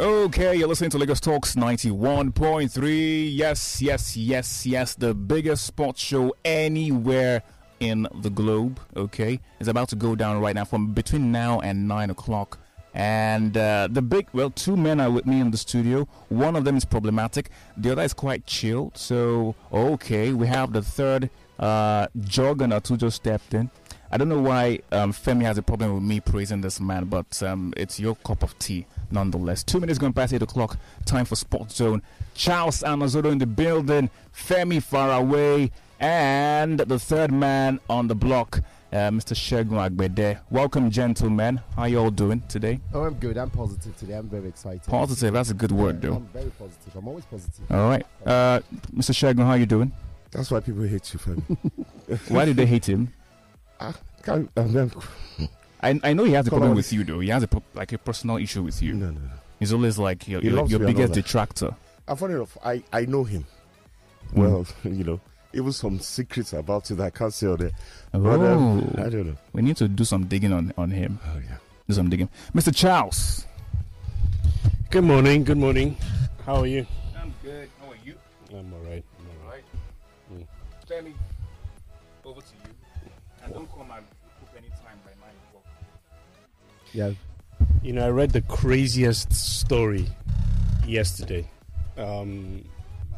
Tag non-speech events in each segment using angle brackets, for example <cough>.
Okay, you're listening to Lagos Talks 91.3. Yes, yes, yes, yes. The biggest sports show anywhere in the globe, okay, is about to go down right now from between now and 9 o'clock. And uh, the big, well, two men are with me in the studio. One of them is problematic, the other is quite chill. So, okay, we have the third uh, juggernaut who just stepped in. I don't know why um, Femi has a problem with me praising this man, but um, it's your cup of tea nonetheless. Two minutes going past 8 o'clock, time for Sport Zone. Charles Amazodo in the building, Femi far away, and the third man on the block, uh, Mr. Shegun Agbede. Welcome, gentlemen. How you all doing today? Oh, I'm good. I'm positive today. I'm very excited. Positive, that's a good word, Yeah, though. I'm very positive. I'm always positive. All right. Uh, Mr. Shegun, how you doing? That's why people hate you, fam. <laughs> Why do they hate him? Can't, um, um, I, I know he has a Come problem on. with you, though. He has a pro- like a personal issue with you. no, no, no. He's always like your, He your, loves your you and biggest all that. detractor. Uh, <laughs> funny enough, I, I know him. Hmm. Well, <laughs> you know, even some secrets about you that I can't say on there. But um, I Oh. don't know. We need to do some digging on, on him. Oh, yeah. Do some digging. Mr. Charles. Good morning. Good morning. How are you? I'm good. How are you? I'm all right. Mm. Femi, over to you. And don't come and cook anytime by 9 o'clock. Yeah. You know, I read the craziest story yesterday. Um,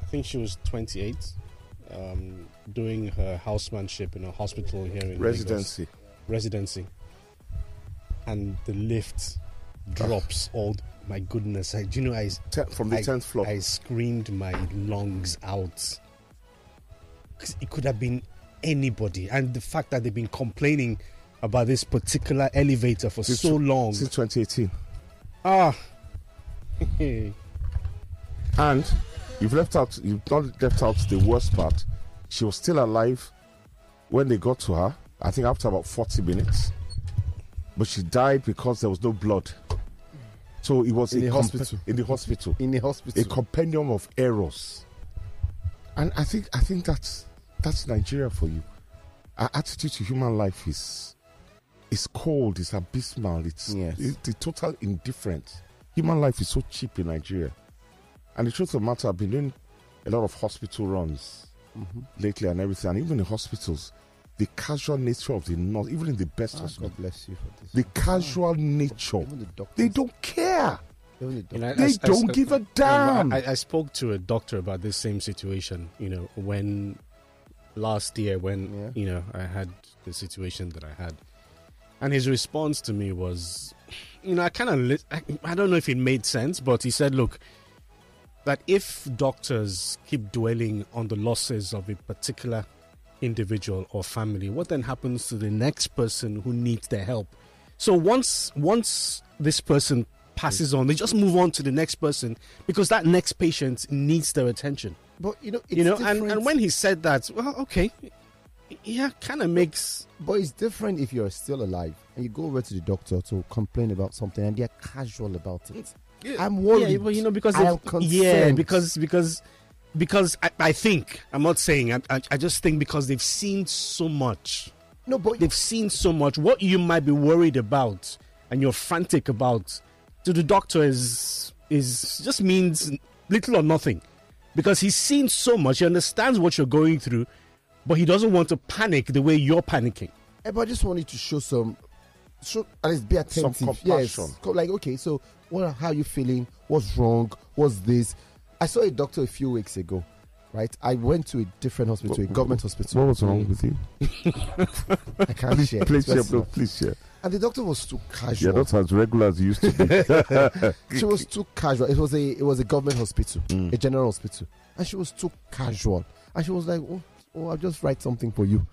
I think she was 28, um, doing her housemanship in a hospital here in Lagos. Residency. Residency. And the lift drops. Oh my goodness! I, do you know I Ten, from the I- 10th floor. I screamed my lungs out. 'Cause It could have been anybody. And the fact that they've been complaining about this particular elevator for Since so tw- long. since 2018. Ah. <laughs> And you've left out, you've not left out the worst part. She was still alive when they got to her, I think after about 40 minutes. But she died because there was no blood. So it was In a the comp- hospital. In the hospital. In the a hospital. compendium of errors. And I think I think that's that's Nigeria for you. Our attitude to human life is is cold, it's abysmal, it's Yes. it- the total indifference. Human life is so cheap in Nigeria. And the truth of the matter, I've been doing a lot of hospital runs Mm. Mm-hmm. lately and everything, and even in hospitals, the casual nature of the nurse, even in the best Ah, hospital, God bless you for this. the casual nature, Even the doctors. they don't care. Even the doctors. They don't give a damn. I, I spoke to a doctor about this same situation, you know, when last year, when, Yeah. you know, I had the situation that I had. And his response to me was, you know, I kind of, li- I, I don't know if it made sense, but he said, look, that if doctors keep dwelling on the losses of a particular individual or family, what then happens to the next person who needs their help? So once once this person passes on, they just move on to the next person because that next patient needs their attention. But you know, it's you know, different. and, and when he said that, well, okay, yeah, kind of makes but it's different if you're still alive and you go over to the doctor to complain about something and they're casual about Mm. it. I'm worried. Yeah, but you know because I'm they've- yeah, concerned. because because because I, I think I'm not saying I, I I just think because they've seen so much, no, but they've seen so much. What you might be worried about and you're frantic about to the doctor is is just means little or nothing, because he's seen so much. He understands what you're going through, but he doesn't want to panic the way you're panicking. Eh, but I just wanted to show some, show at least be attentive. compassion. Yes. Co- Like, okay, so what? How are you feeling? What's wrong? What's this? I saw a doctor a few weeks ago, right? I went to a different hospital, a government hospital. What was wrong with you? I <laughs> can't share. Please share, Personal. no, please share. And the doctor was too You're casual. not as regular as you used to be. <laughs> <laughs> she was too casual. It was a it was a government hospital, Mm. a general hospital, and she was too casual. And she was like, "Oh, oh, I'll just write something for you,"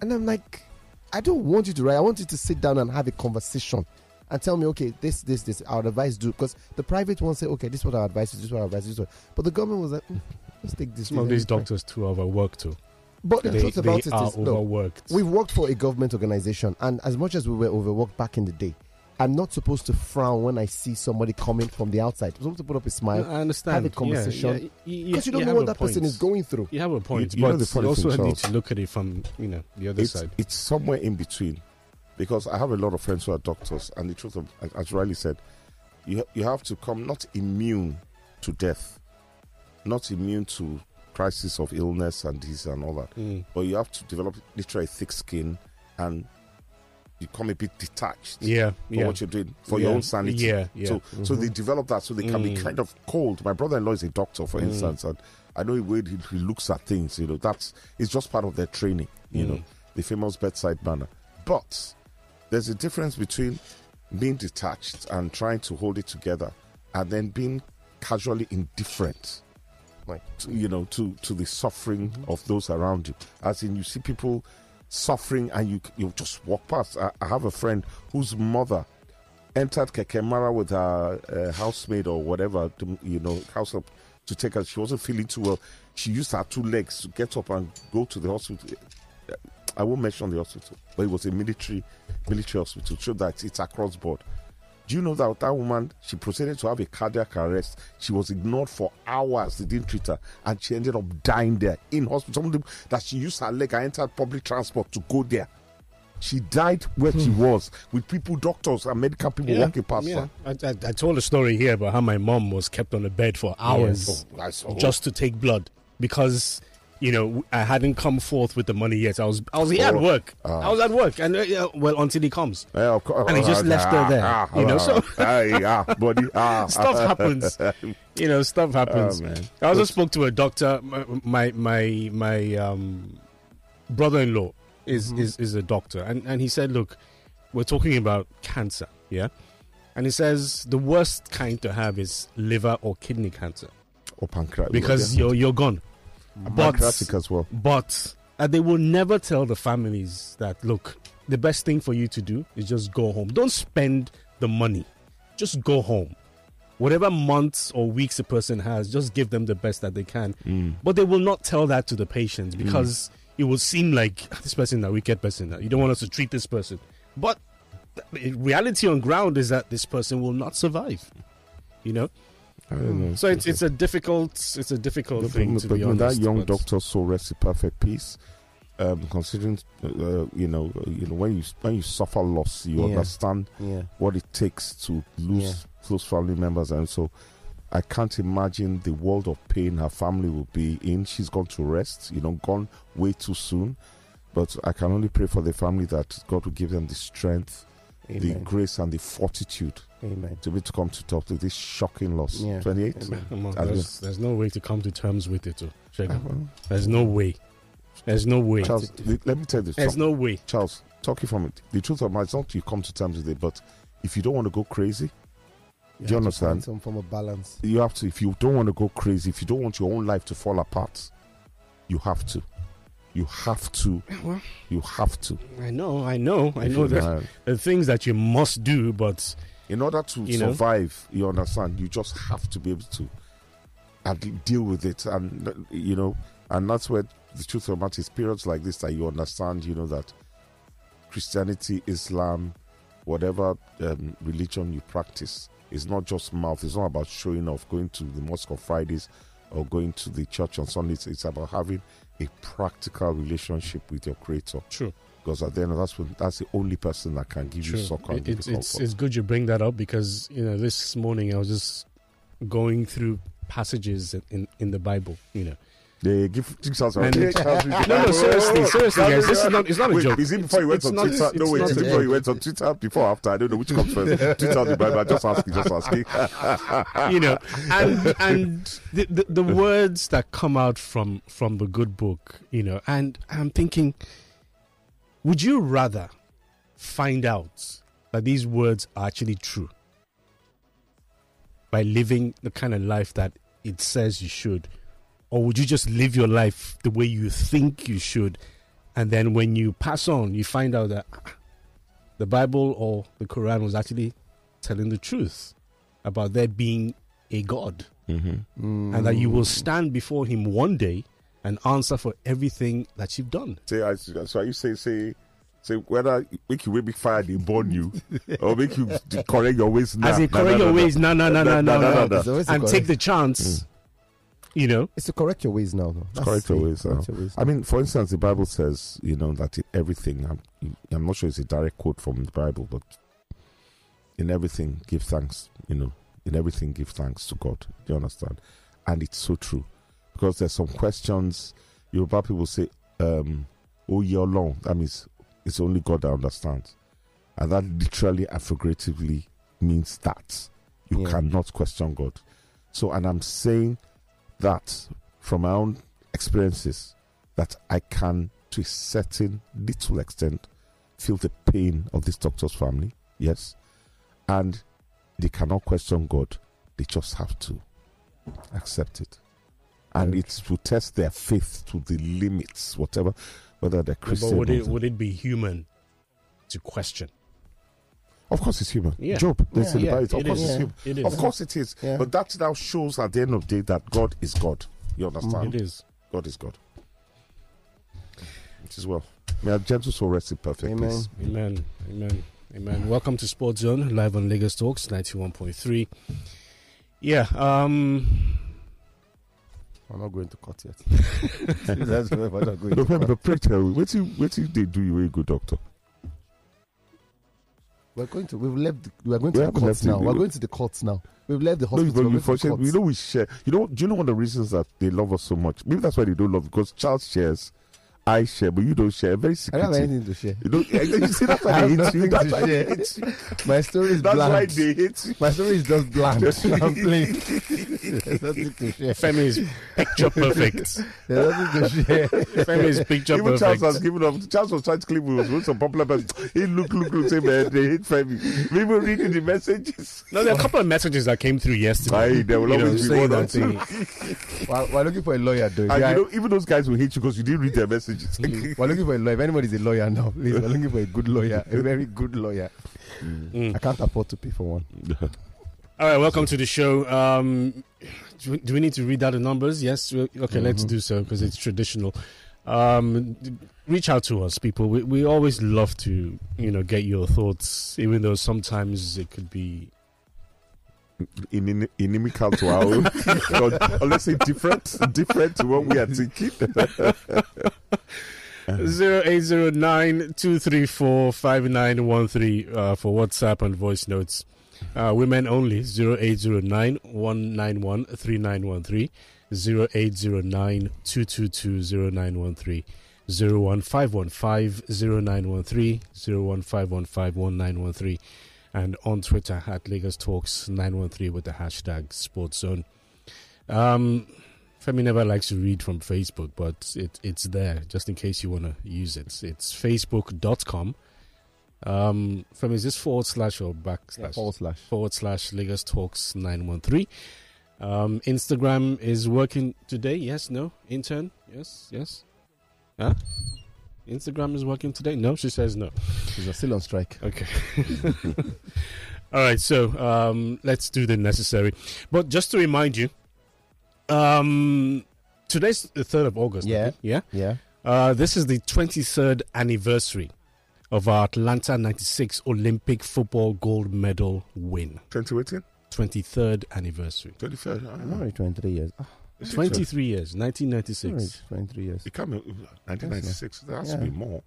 and I'm like, "I don't want you to write. I want you to sit down and have a conversation." And tell me, okay, this, this, this, our advice do because the private one say, okay, this is what our advice is, this is what our advice is, this is what- but the government was like, mm, let's take this. Some of this, these and try." doctors too overworked too. But the They, truth they about it are is, no, overworked. We've worked for a government organization, and as much as we were overworked back in the day, I'm not supposed to frown when I see somebody coming from the outside. I'm supposed to put up a I, smile understand. have a conversation. because you don't know have what a that point. person is going through. You have a point, you know but the funny you also thing, need Charles? to look at it from you know the other it's, side. it's somewhere in between because I have a lot of friends who are doctors, and the truth of, as- as Riley said, you ha- you have to come not immune to death, not immune to crisis of illness and this and all that, Mm. but you have to develop literally thick skin and become a bit detached Yeah, for yeah. what you're doing for Yeah. your own sanity. Yeah, yeah. Mm-hmm. So so they develop that so they can be Mm. kind of cold. My brother-in-law is a doctor, for instance, and I know the way he, he looks at things. You know, that's it's just part of their training. You know, the famous bedside manner. But there's a difference between being detached and trying to hold it together, and then being casually indifferent Right. to, you know to to the suffering of those around you as in you see people suffering and you you just walk past i, I have a friend whose mother entered kekemara with her uh, housemaid or whatever to, you know house help to take her she wasn't feeling too well she used her two legs to get up and go to the hospital i won't mention the hospital but it was a military military hospital so that it's across board do you know that that woman, she proceeded to have a cardiac arrest. She was ignored for hours. They didn't treat her. And she ended up dying there in hospital. Somebody that she used her leg and entered public transport to go there. She died where she Hmm. was with people, doctors, and medical people walking past her. I, I, I told a story here about how my mom was kept on the bed for hours Oh, I saw. just to take blood because you know I hadn't come forth with the money yet. I was I was here at Oh, work. ah. I was at work, and uh, yeah, well until he comes, Yeah, of course. And he just left her there, you know, so- Oh, ah, yeah, buddy, ah, <laughs> stuff <laughs> happens. You know, stuff happens. man. I also spoke to a doctor. My my my, my um, brother-in-law is, is is a doctor, and and he said, look, we're talking about cancer, yeah. And he says the worst kind to have is liver or kidney cancer. Or pancreas. because yeah. you're you're gone. But Pancreatic Mm. as well. but uh, they will never tell the families that look, the best thing for you to do is just go home. Don't spend the money. Just go home. Whatever months or weeks a person has, just give them the best that they can. Mm. But they will not tell that to the patients because it will seem like "Ah, this person that wicked person that you don't want us to treat this person. But the reality on ground is that this person will not survive. You know, I don't know. so it's it's a difficult it's a difficult But- thing but- to but be when honest. that young but- doctor so rest in perfect peace. Um, considering uh, uh, you know, uh, you know when you when you suffer loss, you Yeah. understand Yeah. what it takes to lose close family members, and so I can't imagine the world of pain her family will be in. She's gone to rest, you know, gone way too soon. But I can only pray for the family that God will give them the strength, the Amen. grace, and the fortitude Amen. to be to come to terms with this shocking loss. Yeah. Twenty-eight. Amen. Come on, As there's, there's no way to come to terms with it. oh, Ah, Shego. well, There's no way. There's no way. Charles, let me tell you this. There's no way. Charles, talking from it, the truth of matter is not you come to terms with it, but if you don't want to go crazy, You do you have to find understand? Some form of balance. You have to. If you don't want to go crazy, if you don't want your own life to fall apart, you have to. You have to. Well, You have to. I know, I know, <laughs> I know that Uh, the things that you must do, but in order to You know? survive, you understand. You just have to be able to and deal with it, and uh, you know, and that's where the truth of the matter is. Periods like this that you understand, you know, that Christianity, Islam, whatever um, religion you practice, is not just mouth. It's not about showing off, going to the mosque on Fridays or going to the church on Sundays. It's about having a practical relationship with your Creator. True. Because at the end, of that's when, that's the only person that can give True. you succor. and It- give it's, you it's, comfort. it's good you bring that up because you know this morning I was just going through passages in, in the Bible. You know, They give Jesus Man, Yeah, <laughs> it's- Charles, no, no, wait, seriously, wait, seriously, wait, guys, wait, this is wait. not- it's not a Wait, joke. Is it before you went It's on not- Twitter? No, it's wait, not it's a before you joke. went on Twitter, before or after? I don't know which comes first. <laughs> Twitter or the Bible? I'm Just asking, just asking. you know, and and the, the the words that come out from from the good book, you know, and I'm thinking, would you rather find out that these words are actually true by living the kind of life that it says you should, or would you just live your life the way you think you should, and then when you pass on, you find out that ah, the Bible or the Quran was actually telling the truth about there being a God and that you will stand before Him one day and answer for everything that you've done. Say, I- so are you saying, say, say whether make you way big fire they burn you or make you d- correct your ways now? As in, correct your ways, no, no, no, no, no, no, no, no, It's always to and take correct- the chance, you know. It's to correct your ways now, though. That's Mm. correct your it. ways. Correct your ways. I mean, for instance, the Bible says, you know, that in everything, I'm, I'm not sure it's a direct quote from the Bible, but in everything, give thanks, you know, in everything give thanks to God. Do you understand? And it's so true. Because there's some questions Yoruba people say, um, oh year long. That means it's only God that understands. And that literally and figuratively means that. You Yeah. cannot question God. So and I'm saying that from my own experiences that I can to a certain little extent feel the pain of this doctor's family. Yes. And they cannot question God. They just have to accept it. And it's to test their faith to the limits, whatever, whether they're Christian. But would or it would it be human to question? Of course, it's human. Yeah. Job, they Yeah. said about it. Of it course, is. it's Yeah. human. It is. Of course, it is. Yeah. But that now shows at the end of the day that God is God. You understand? it is. God is God. It is well. May our gentle soul rest in perfect Amen. peace. Amen. Amen. Amen. Welcome to Sports Zone, live on Lagos Talks 91.3. Yeah, um I'm not going to cut <laughs> yet. That's where we're not going. <laughs> Look, remember, pray tell me, what if, what if they do you a good doctor? We're going to. We've left. The, we're going We to the haven't left courts it. now. We're going to the courts now. We've left the No, hospital. but we're you, going to the fortunate- you courts. know we share. You know, do you know one of the reasons that they love us so much? Maybe that's why they don't love because Charles shares, I share, but you don't share. Very I don't have secretive. anything to share. You know, <laughs> you see that's I why have they hate you. nothing That's to why they <laughs> share. hate you. My story is That's blank. why they hate you. My story is just <laughs> blank. <laughs> I'm playing. There's nothing to share. Femi is picture perfect. There's nothing to share. Femi is picture Even Charles has perfect. given up. Charles was trying to claim he was going some popular person. He look, look, look, say, man, they hate Femi. People reading the messages. No, there are a couple of messages that came through yesterday. Aye, there will You know, always be saying one or that two. thing. <laughs> We're, we're looking for a lawyer, though. And Yeah, you know, even those guys will hate you because you didn't read their messages. we're looking for a lawyer. If anybody's a lawyer now, please, we're looking for a good lawyer, a very good lawyer. Mm. I can't afford to pay for one. <laughs> All right, welcome to the show. Um, do, we, do we need to read out the numbers? Yes. we- Okay, let's do so because it's traditional. Um, d- reach out to us, people. We, we always love to, you know, get your thoughts, even though sometimes it could be. in, in, inimical to <laughs> our own. <laughs> God, or let's say different, different to what we are thinking. <laughs> <laughs> Zero eight zero nine two three four five nine one three uh, for WhatsApp and voice notes. Uh, women only zero eight zero nine one nine one three nine one three zero eight zero nine two two two zero nine one three zero one five one five zero nine one three zero one five one five one nine one three and on Twitter at Lagos Talks nine one three with the hashtag Sports Zone. Um, Femi never likes to read from Facebook, but it, it's there just in case you want to use it. It's facebook.com. Um, Femi, is this forward slash or backslash? Forward slash. forward slash Lagos Talks 913. Um, Instagram is working today. Yes, no. Intern? Yes, yes. Huh? Instagram is working today? No, she says no. Because We're still on strike. Okay. <laughs> All right, so um, let's do the necessary. But just to remind you, um, today's the 3rd of August. I Yeah. think, Yeah. Yeah. Uh, this is the 23rd anniversary of our Atlanta 96 Olympic football gold medal win. 2018? 23rd anniversary. 23rd? I don't know. only 23 years. Ah, Is it 20? 23 years, 1996. sorry, 23 years. It can't be 1996. There has Yeah. to be more.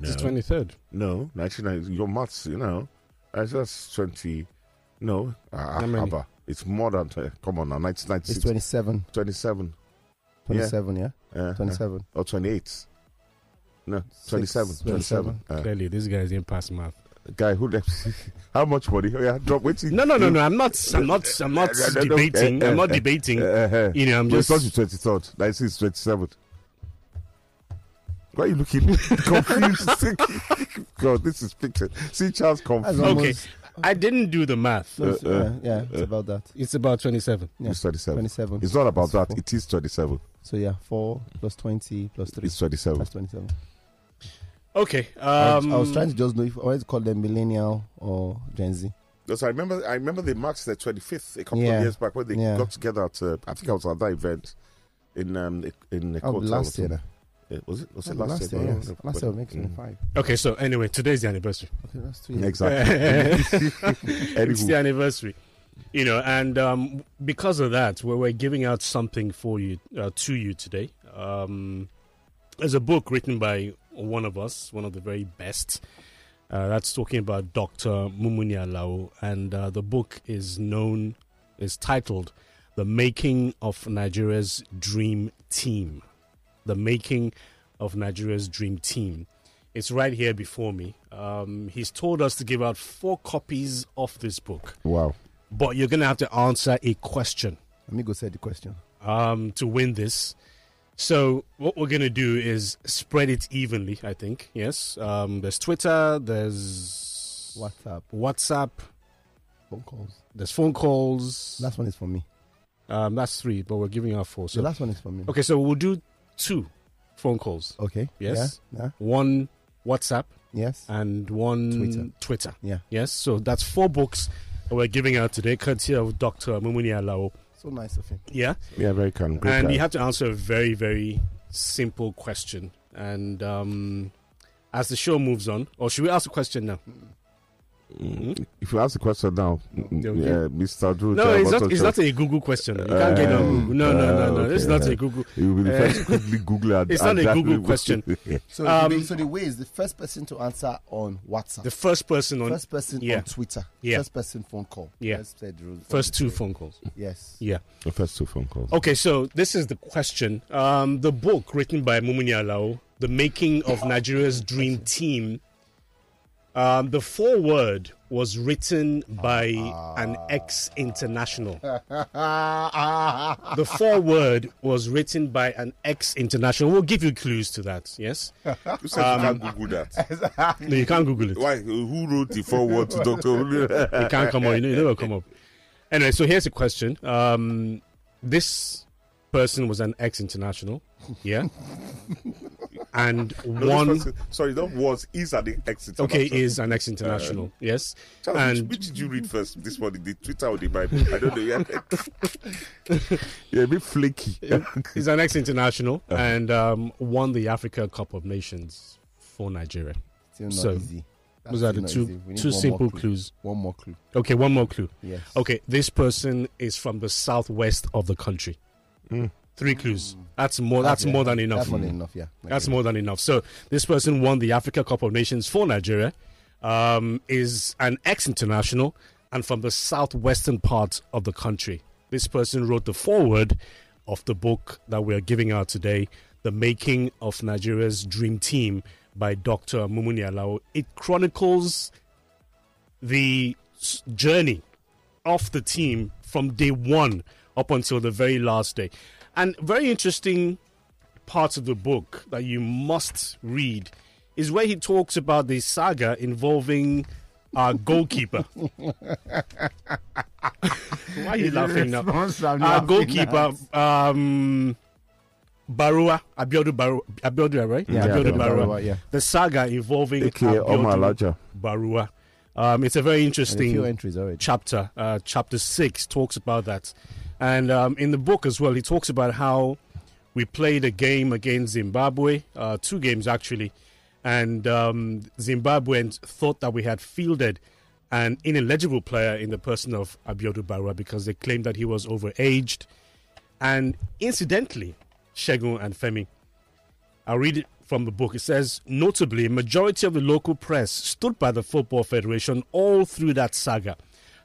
It's the 23rd. No, 1990. Your maths, you know. I just 20. No, uh, How many? Abba. It's more than. 20. Come on now, It's 1996. 27. 27. 27, yeah? Uh, 27. or 28. No, 27. 27. Uh, Clearly, these guys didn't pass math. guy who left. <laughs> How much money? Oh, yeah, drop. Wait. No, no, no, no. I'm not. I'm not. I'm not No, no, no. debating. I'm not Eh, eh, debating. <laughs> Uh, uh, You know, I'm no, it's just. not the 23rd. 96, 27th. Why are you looking <laughs> confused? <laughs> God, this is picture. See, Charles confused. That's Okay, almost- I didn't do the math. No, it's- Uh, uh, yeah, yeah, it's uh. about that. It's about 27. Yeah, It's 27. 27. It's not about It's that. four. It is 27. So yeah, 4 plus 20 plus 3. It's 27. That's 27. Okay. I was- Um, I was trying to just know if I wanted to call them millennial or Gen Z. Because I remember, I remember they marked their 25th a couple Yeah. of years back when they Yeah. got together at. Uh, I think I was at that event in um in the Oh, hotel or last year. something. now. Uh, was it? Was Yeah, it last year, No, yes. no, Last but- year will make Mm. 25. Okay, so anyway, today's the anniversary. Okay, that's two years. <laughs> Exactly. it's the anniversary you know and um, because of that we're, we're giving out something for you uh, to you today um, there's a book written by one of us one of the very best Uh, that's talking about Dr. Mumuni Alao, and uh, the book is known, is titled The Making of Nigeria's Dream Team. The Making of Nigeria's Dream Team. It's right here before me. Um, he's told us to give out four copies of this book, Wow. but you're going to have to answer a question Let me go say the question. um, to win this. So what we're gonna do is spread it evenly. I think yes. Um, there's Twitter. There's WhatsApp WhatsApp. phone calls. There's phone calls. Last one is for me. um, that's three, but we're giving out four. So the last one is for me. okay, so we'll do two phone calls, Okay. Yes. Yeah. yeah, one WhatsApp Yes. and one Twitter. Twitter. yeah. Yes. So that's four books that we're giving out today, courtesy of Doctor Mumuni Alao. So nice <laughs> of him. Yeah. Yeah, very kind. Great and guy. you have to answer a very very simple question and um as the show moves on or should we ask a question now Mm. If you ask the question now, mm, Okay. yeah, Mr. Drew, no tell it's about not it's yourself. not a google question you can't get it on google no no no no Uh, it's okay, not yeah. a google You will be the Uh, first to quickly Google and, it's not and a that Google will- <laughs> question. So, Um, the, so the way is the first person to answer on WhatsApp, the first person on first person yeah. on Twitter, Yeah. first person phone call. Yeah. First, said rule for first the two day. phone calls Yes. yeah Oh, the first two phone calls. okay so this is the question um the book written by mumini alao the making of nigeria's dream team um, the foreword was written by an ex-international the foreword was written by an ex international. We'll give you clues to that. Yes, <laughs> Um, You said you can't Google that. <laughs> no, you can't Google it. Why? Who wrote the foreword to <laughs> Dr. Olu? It can't come up. You know, it never come up. Anyway, so here's a question. Um, this person was an ex international. <laughs> Yeah, and one sorry, that was is at the exit. okay is an ex international. Yes, Um, Charles, and which, which did you read first this morning? The Twitter or the Bible? I don't know. Yeah, <laughs> yeah a bit flaky. Uh-huh. is an ex international and um, won the Africa Cup of Nations for Nigeria. Still not So, easy. That's Those are the still not easy. two We need two one more simple clue. clues. One more clue. Okay, one more clue. Yes. Okay, this person is from the southwest of the country. Hmm. Three clues. That's more. That's Okay. more than enough. Mm. That's more than enough. Yeah. That's more than enough. So this person won the Africa Cup of Nations for Nigeria. Um, is an ex-international and from the southwestern part of the country. This person wrote the foreword of the book that we are giving out today, "The Making of Nigeria's Dream Team" by Dr. Mumuni Alao. It chronicles the s- journey of the team from day one up until the very last day. And very interesting parts of the book that you must read is where he talks about the saga involving our goalkeeper. Why are you laughing now? Our goalkeeper, um, Barua, Abiodu Barua, Abiodu, right? Yeah, Abiodu Abiodu Barua. Barua, yeah. The saga involving AKA Omar Abiodu Alaja. Barua. Um, it's a very And a few interesting entries already. chapter. Uh, chapter six talks about that, and um, in the book as well, he talks about how we played a game against Zimbabwe, uh, two games actually, and um, Zimbabweans thought that we had fielded an ineligible player in the person of Abiodu Barua because they claimed that he was overaged, and incidentally, Shegun and Femi. I'll read it from the book. It says, notably, majority of the local press stood by the Football Federation all through that saga.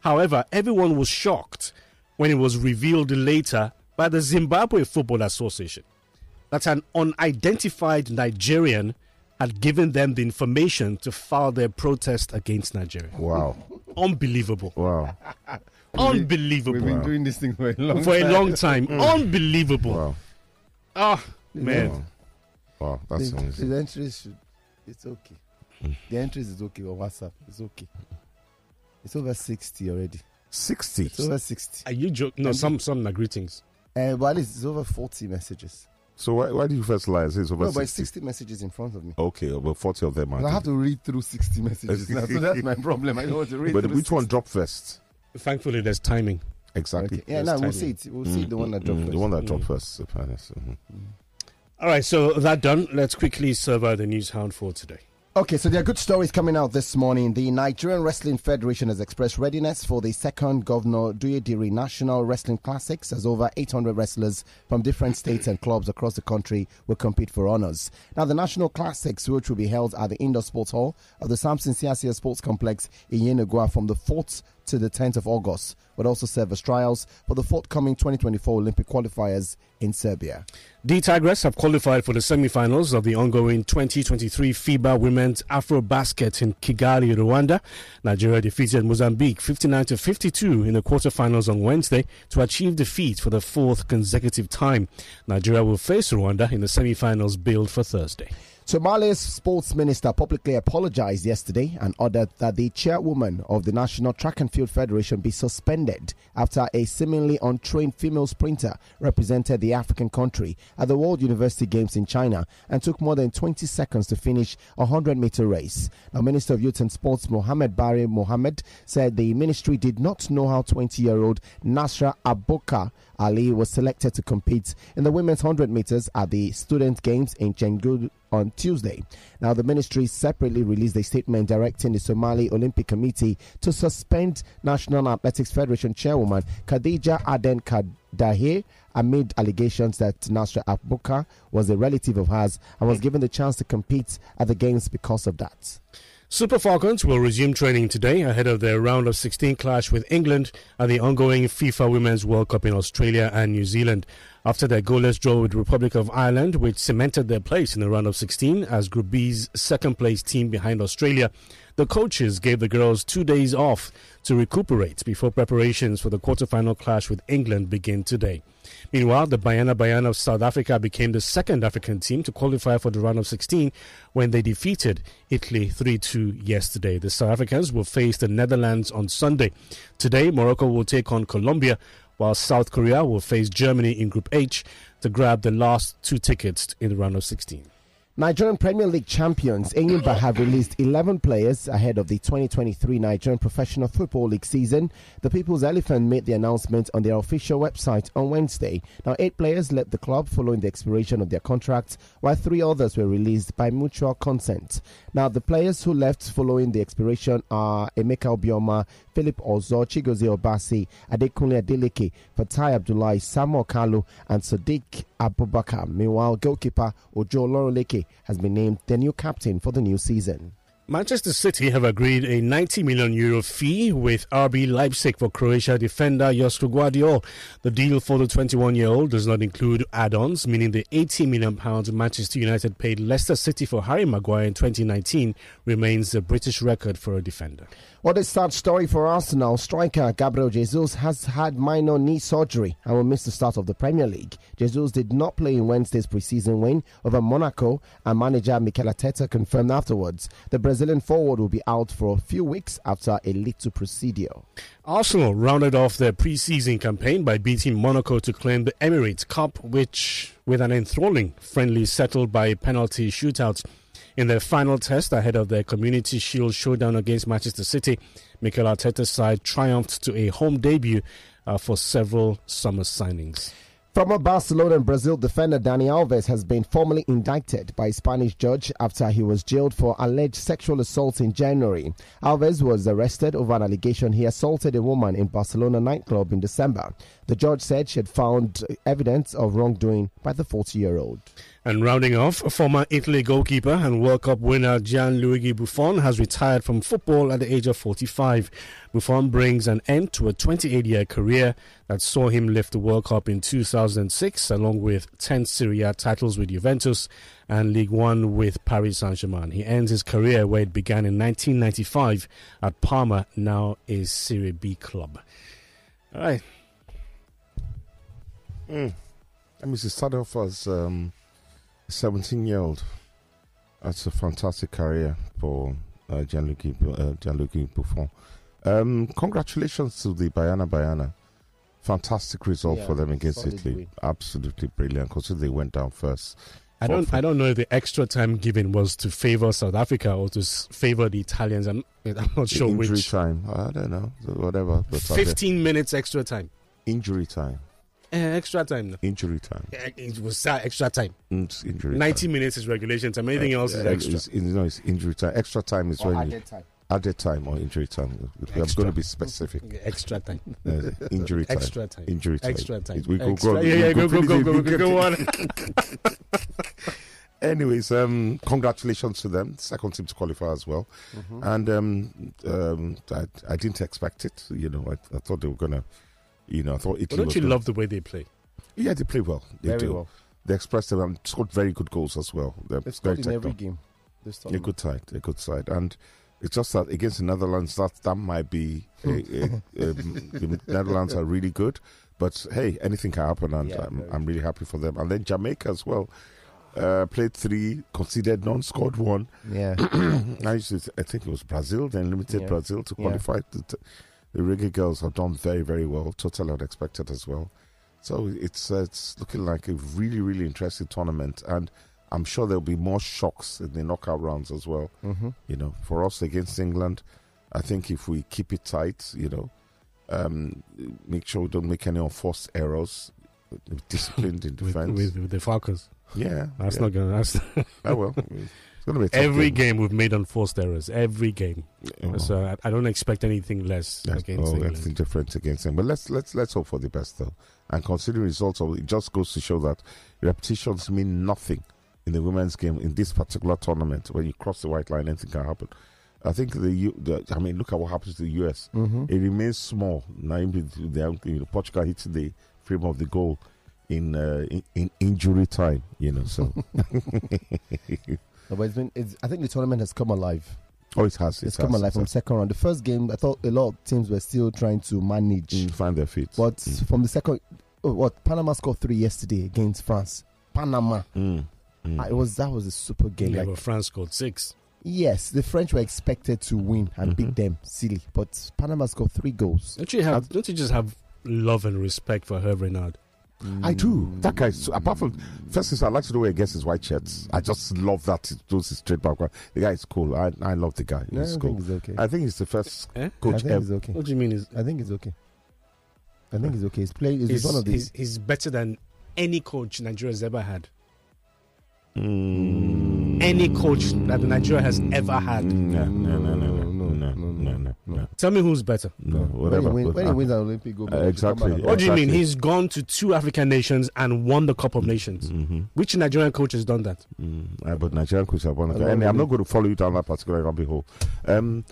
However, everyone was shocked when it was revealed later by the Zimbabwe Football Association that an unidentified Nigerian had given them the information to file their protest against Nigeria. Wow. Unbelievable. Wow. <laughs> Unbelievable. doing this thing for a long Hmm. For a long time. Unbelievable. Wow. Ah, man. Wow. Wow. Oh, That's The, amazing. the entries should. It's okay. Mm. The entries is okay on WhatsApp. It's okay. It's over 60 already. 60. It's over 60. Are you joking? No, some, some are greetings. Uh, but at least it's over 40 messages. So why, why do you first lie? and say It's over no, but it's 60. 60 messages in front of me. Okay, about 40 of them. I But I think. have to read through 60 messages now. <laughs> So that's my problem. I don't <laughs> want to read but through which 60. one dropped first? Thankfully, there's timing. Exactly. Okay. Yeah, That's no, we'll tiny. see it. We'll see the one that dropped Mm, first. Mm. The one that dropped first. apparently. Mhm. All right, so that done. Let's quickly serve out the news hound for today. Okay, so there are good stories coming out this morning. The Nigerian Wrestling Federation has expressed readiness for the second Governor Duyediri National Wrestling Classics as over 800 wrestlers from different states and clubs across the country will compete for honors. Now, the National Classics, which will be held at the Indoor Sports Hall of the Samson Siasia Sports Complex in Yenagua from the 4th to the 10th of August, would also serve as trials for the forthcoming 2024 Olympic qualifiers in Serbia. The Tigress have qualified for the semi-finals of the ongoing 2023 FIBA Women's Afro Basket in Kigali, Rwanda. Nigeria defeated Mozambique 59 to 52 in the quarterfinals on Wednesday to achieve defeat for the fourth consecutive time. Nigeria will face Rwanda in the semi-finals billed for Thursday. Somalia's sports minister publicly apologized yesterday and ordered that the chairwoman of the National Track and Field Federation be suspended after a seemingly untrained female sprinter represented the African country at the World University Games in China and took more than 20 seconds to finish a 100 meter race. Now, Minister of Youth and Sports Mohamed Barry Mohamed said the ministry did not know how 20 year old Nasra Aboka Ali was selected to compete in the women's 100 meters at the Student Games in Chengdu on Tuesday. Now, the ministry separately released a statement directing the Somali Olympic Committee to suspend National Athletics Federation chairwoman Khadija Aden Kadahir amid allegations that Nasra Abuka was a relative of hers and was given the chance to compete at the Games because of that. Super Falcons will resume training today ahead of their round of 16 clash with England at the ongoing FIFA Women's World Cup in Australia and New Zealand. After their goalless draw with Republic of Ireland, which cemented their place in the round of 16 as Group B's second place team behind Australia, the coaches gave the girls two days off to recuperate before preparations for the quarterfinal clash with England begin today. Meanwhile, the Bayana Bayana of South Africa became the second African team to qualify for the round of 16 when they defeated Italy 3 2 yesterday. The South Africans will face the Netherlands on Sunday. Today, Morocco will take on Colombia, while South Korea will face Germany in Group H to grab the last two tickets in the round of 16. Nigerian Premier League champions Enyimba have released 11 players ahead of the 2023 Nigerian Professional Football League season. The People's Elephant made the announcement on their official website on Wednesday. Now, eight players left the club following the expiration of their contracts, while three others were released by mutual consent. Now, the players who left following the expiration are Emeka Obioma, Philip Ozo, Chigozie Obasi, Adekunle Adeleke, Fatai Abdullahi, Samuel Kalu, and Sadiq Abubakar. Meanwhile, goalkeeper Ojo Loroleke has been named the new captain for the new season. Manchester City have agreed a 90 million euro fee with RB Leipzig for Croatia defender Josko Guardiol. The deal for the 21 year old does not include add ons, meaning the 80 million pounds Manchester United paid Leicester City for Harry Maguire in 2019 remains the British record for a defender. What a sad story for Arsenal. Striker Gabriel Jesus has had minor knee surgery and will miss the start of the Premier League. Jesus did not play in Wednesday's preseason win over Monaco, and manager Mikel Arteta confirmed afterwards. The Brazil Brazilian forward will be out for a few weeks after a little procedure. Arsenal rounded off their pre-season campaign by beating Monaco to claim the Emirates Cup, which with an enthralling friendly settled by penalty shootouts. In their final test ahead of their Community Shield showdown against Manchester City, Mikel Arteta's side triumphed to a home debut uh, for several summer signings. Former Barcelona and Brazil defender Dani Alves has been formally indicted by a Spanish judge after he was jailed for alleged sexual assault in January. Alves was arrested over an allegation he assaulted a woman in Barcelona nightclub in December. The judge said she had found evidence of wrongdoing by the 40-year-old. And rounding off, former Italy goalkeeper and World Cup winner Gianluigi Buffon has retired from football at the age of 45. Buffon brings an end to a 28 year career that saw him lift the World Cup in 2006, along with 10 Serie A titles with Juventus and League One with Paris Saint Germain. He ends his career where it began in 1995 at Parma, now a Serie B club. All right. Mm. I mean, she started off as. Um 17 year old. That's a fantastic career for uh, Gianluigi, uh, Gianluigi Buffon. Um, congratulations to the Bayana Bayana. Fantastic result Yeah, for them against solid Italy. win. Absolutely brilliant considering they went down first. I don't, I don't know if the extra time given was to favor South Africa or to s- favor the Italians. I'm, I'm not The sure injury which. time. I don't know. Whatever. But I think 15 minutes extra time. injury time. Uh, extra time. No. Injury time. Eh, It was uh, extra time. It's injury 90 minutes is regulation time. Anything else is time. Extra. extra. It's, in- no, it's injury time. Extra time is when you, added time. added time or injury time. I'm Extra. going to be specific. Yeah, <laughs> Extra time. Uh, injury time. Extra time. Injury time. Extra time. We go, Extra- go, on. yeah, yeah, We go, go, finish go, it. go, We go, get go it. on. <laughs> Anyways, um, congratulations to them. Second team to qualify as well. Mm-hmm. And um, um, I, I didn't expect it. You know, I, I thought they were going to, you know, I thought Italy But don't was you gonna- love the way they play? Yeah, they play well. They Very do. well. They express them and scored very good goals as well. They're They've very scored in every technical. game. This They're a good side. They're a good side. And it's just that against the Netherlands, that, that might be. <laughs> A, a, um, the Netherlands are really good. But hey, anything can happen. And Yeah, I'm, very I'm really happy for them. And then Jamaica as well. Uh, played three, conceded none, scored one. <clears throat> Yeah. I used to, th- I think it was Brazil, then limited Yeah. Brazil to Yeah. qualify. The, t- the Riga girls have done very, very well, totally unexpected as well. So it's uh, it's looking like a really, really interesting tournament, and I'm sure there'll be more shocks in the knockout rounds as well. Mm-hmm. Mhm. You know, for us against England, I think if we keep it tight, you know, um, make sure we don't make any unforced errors, disciplined in With, defense. with, with the Falcons. yeah, That's yeah. not going to. That's Oh well, it's gonna <laughs> be a tough every game we've made unforced errors. Every game. Oh, well. So I, I don't expect anything less That's against oh, England. anything different against them. But let's let's let's hope for the best though. And considering results, of- it just goes to show that repetitions mean nothing in the women's game in this particular tournament. When you cross the white line, anything can happen. I think the, U, the I mean, look at what happens to the US. Mhm. It remains small. Now, even with the- you know, Portugal hits the frame of the goal in uh, in, in injury time. You know, so No, but it's been. It's, I think the tournament has <laughs> come alive. oh, it has. It It's has, come alive it from has. second round. The first game, I thought a lot of teams were still trying to manage, Mm, Find their feet. Mm. but from the second, oh, what Panama scored three yesterday against France. Panama. Mm, mm. Ah, it was that was a super game. Yeah, Like, but France scored six. yes, the French were expected to win and beat Mm-hmm. them. Silly, but Panama scored three goals. Don't you have? Don't you just have love and respect for Herb Renard? I do. That guy, is- apart from first is I like to know where he gets his white shirts. I just love that. It those his straight back. The guy is cool. I, I love the guy. No, I He's think cool. it's okay. I think he's the first Eh? I <laughs> coach think it's ever. okay. What do you mean? Is I think it's okay. I think it's okay. He's playing. He's, he's, one of he's, these. he's better than any coach Nigeria's ever had. Mm. Any coach that Nigeria has ever had. No, no, no, no, no, No, no, no, no, no, no, Tell me who's better. no. Whatever. When he, win, but, when he uh, wins an Olympic gold, medal, uh, he should come exactly, back and- yeah. What do you mean? Exactly. He's gone to two African nations and won the Cup of Nations. mhm, Which Nigerian coach has done that? mm. Uh, but Nigerian coach have won. I it. love Anyway, I'm him. not going to follow you down that particular rabbit hole. Um,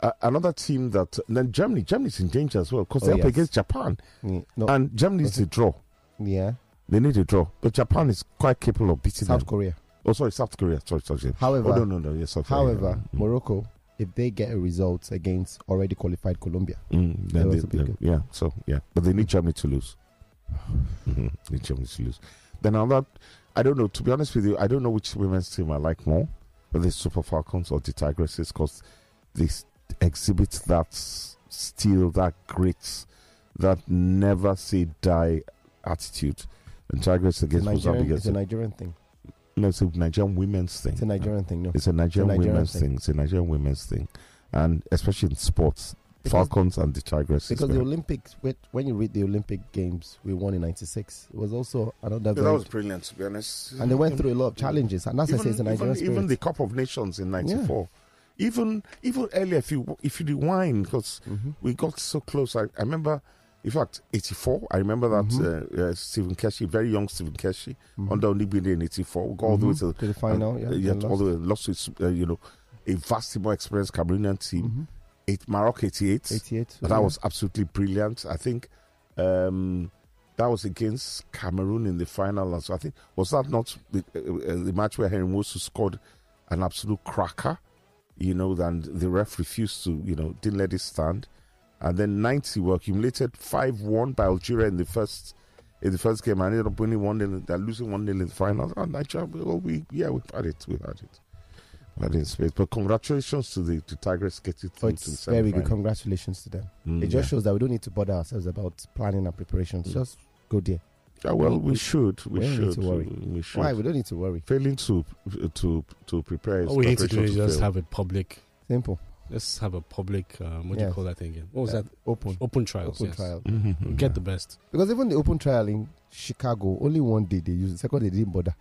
uh, another team that then Germany. Germany's in danger as well because Oh, they're up yes. against Japan, Mm, No, and Germany's a draw. yeah, They need a draw, but Japan is quite capable of beating South them. Korea. Oh, sorry, South Korea. Sorry, sorry. sorry. However, oh, no, no, no. Yes, South Korea. however, Mm, Morocco, if they get a result against already qualified Colombia, mm, then that they- was a big they- game. yeah. So yeah, but they need Germany to lose. <laughs> Mhm, Need Germany to lose. Then another. I don't know. To be honest with you, I don't know which women's team I like more, whether it's Super Falcons or the Tigresses, because they s- exhibit that s- steel, that grit, that never say die attitude. And Tigresses it's a against Nigerian, Mozambique. it's a Nigerian thing. no, it's a Nigerian women's thing. It's a Nigerian thing. No, It's a Nigerian, Nigerian women's thing. thing. It's a Nigerian women's thing, and especially in sports, Because- Falcons and the Tigresses. because man. the Olympics. When when you read the Olympic games, we won in '96. It was also another. Yeah, very- brilliant, to be honest. and they went through a lot of challenges, and that's why I say it's a even, Nigerian even spirit. the Cup of Nations in '94. Even even earlier, if you if you rewind, because Mhm. we got so close. I, I remember, in fact, '84. I remember that Mm-hmm. uh, uh, Stephen Keshi, very young Stephen Keshi, under Onibide in '84, we got all the way Mhm. to the Mm-hmm. To the final, yeah, uh, and all the way lost to uh, you know a vastly more experienced Cameroonian team. Eight Morocco '88. 88. That was absolutely brilliant. I think um, that was against Cameroon in the final. And so I think was that not the, uh, uh, the match where Henry Moses scored an absolute cracker? You know, and the ref refused to, you know, didn't let it stand. And then 90 were accumulated 5-1 by Algeria in the first in the first game. I ended up winning one nil, and losing one nil in the final. And Nigeria, well, oh, we yeah, we had it, we had it. We had it in space. But congratulations to the to Tigers getting So through to the Oh, it's very good. semifinal. Congratulations to them. Mm, It yeah. Mm. just shows that we don't need to bother ourselves about planning and preparations. Just go there. Yeah, well, we should. We we don't need should. to worry. We should. Why? We don't need to worry. Failing to to to prepare. All we need to do preparation is just fail. have a public Simple. let's have a public um, what do Yes. you call that thing again? What was Yeah, that? Open. Open trials. Open yes. trial. Mm-hmm. Get the best. Because even the open trial in Chicago, only one day they used it. Second, they didn't bother.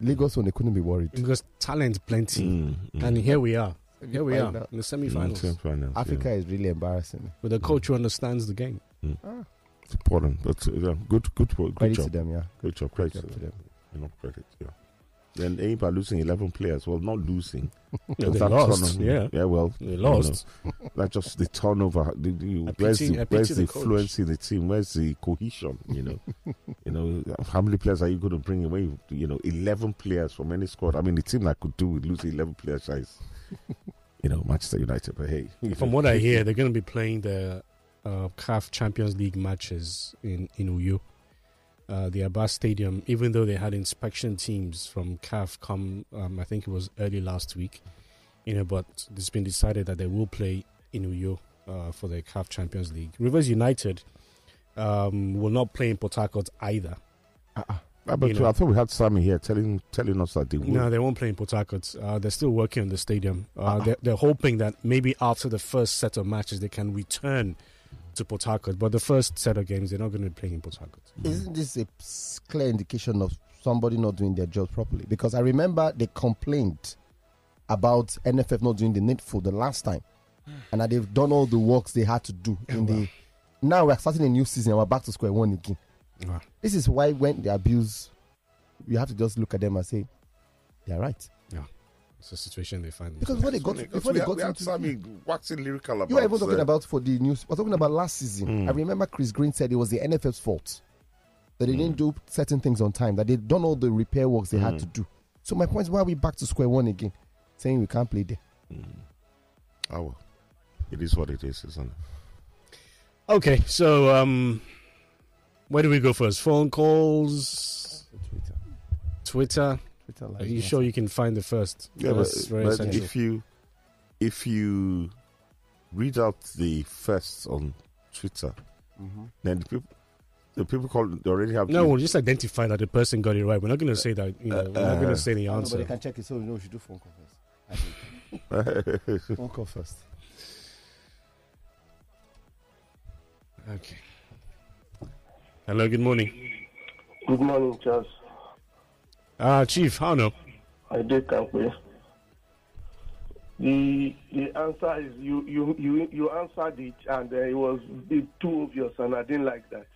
Lagos one, they couldn't be worried. Because talent plenty. Mm-hmm. And here we are. Here we Find are out. in the semifinals. Africa is really embarrassing. With a coach who understands the game. Mm. Ah, to Poland. But uh, yeah, good, good, work, good credit to job, them, yeah. good job, Credit credit. to them. Enough credit. Yeah. Then Abe are losing eleven players. Well, <laughs> not losing. Yeah, But they that lost. turnover- Yeah. Yeah. Well, They lost. <laughs> that just the turnover. The, the, I where's pity- I the pity where's the the, coach. fluency in the team? Where's the cohesion? <laughs> You know, you know how many players are you going to bring away? You know, eleven players from any squad. I mean, the team that could do with losing eleven <laughs> players is, you know, Manchester United. But hey, From what I hear, they're going to be playing the uh, CAF Champions League matches in, in Uyo, uh, the Abbas Stadium, even though they had inspection teams from CAF come, um, I think it was early last week, you know, but it's been decided that they will play in Uyo uh, for the CAF Champions League. Rivers United um, will not play in Port Harcourt either. Ah, but you know. I thought we had Sammy here telling telling us that they would. No, they won't play in Port Harcourt. Uh, they're still working on the stadium. Uh, Uh-huh. they're, they're hoping that maybe after the first set of matches, they can return to Port Harcourt. But the first set of games, they're not going to be playing in Port Harcourt. Isn't this a s- clear indication of somebody not doing their job properly? Because I remember they complained about NFF not doing the needful the last time, and that they've done all the works they had to do. In the now we're starting a new season, and we're back to square one again. Wow. This is why when they abuse, you have to just look at them and say, "They're right." It's the situation they find Because themselves. what they got before we they had, got we had into Sammy waxing lyrical about. You were even talking uh, about for the news. We're talking about last season. Mm. I remember Chris Green said it was the NFF's fault that they Mm. didn't do certain things on time, that they'd done all the repair works they Mm. had to do. So my point is, why are we back to square one again, saying we can't play there? Mm. Oh, well. It is what it is, isn't it? Okay, so um, where do we go first? Phone calls, Twitter, Twitter. Twitter Are you sure you can find the first? That's very but, essential. if you if you read out the first on Twitter, Mm-hmm. then the people the people call they already have no, we'll <laughs> just identify that the person got it right. We're not going to say that. You know, we're not going uh, to say the answer. check it, so we know we should do phone call first. phone call first. Okay. Hello. Good morning. Good morning, Charles. Uh, Chief, how no? I did campaign. The the answer is you you you you answered it and uh, it was it too obvious and I didn't like that.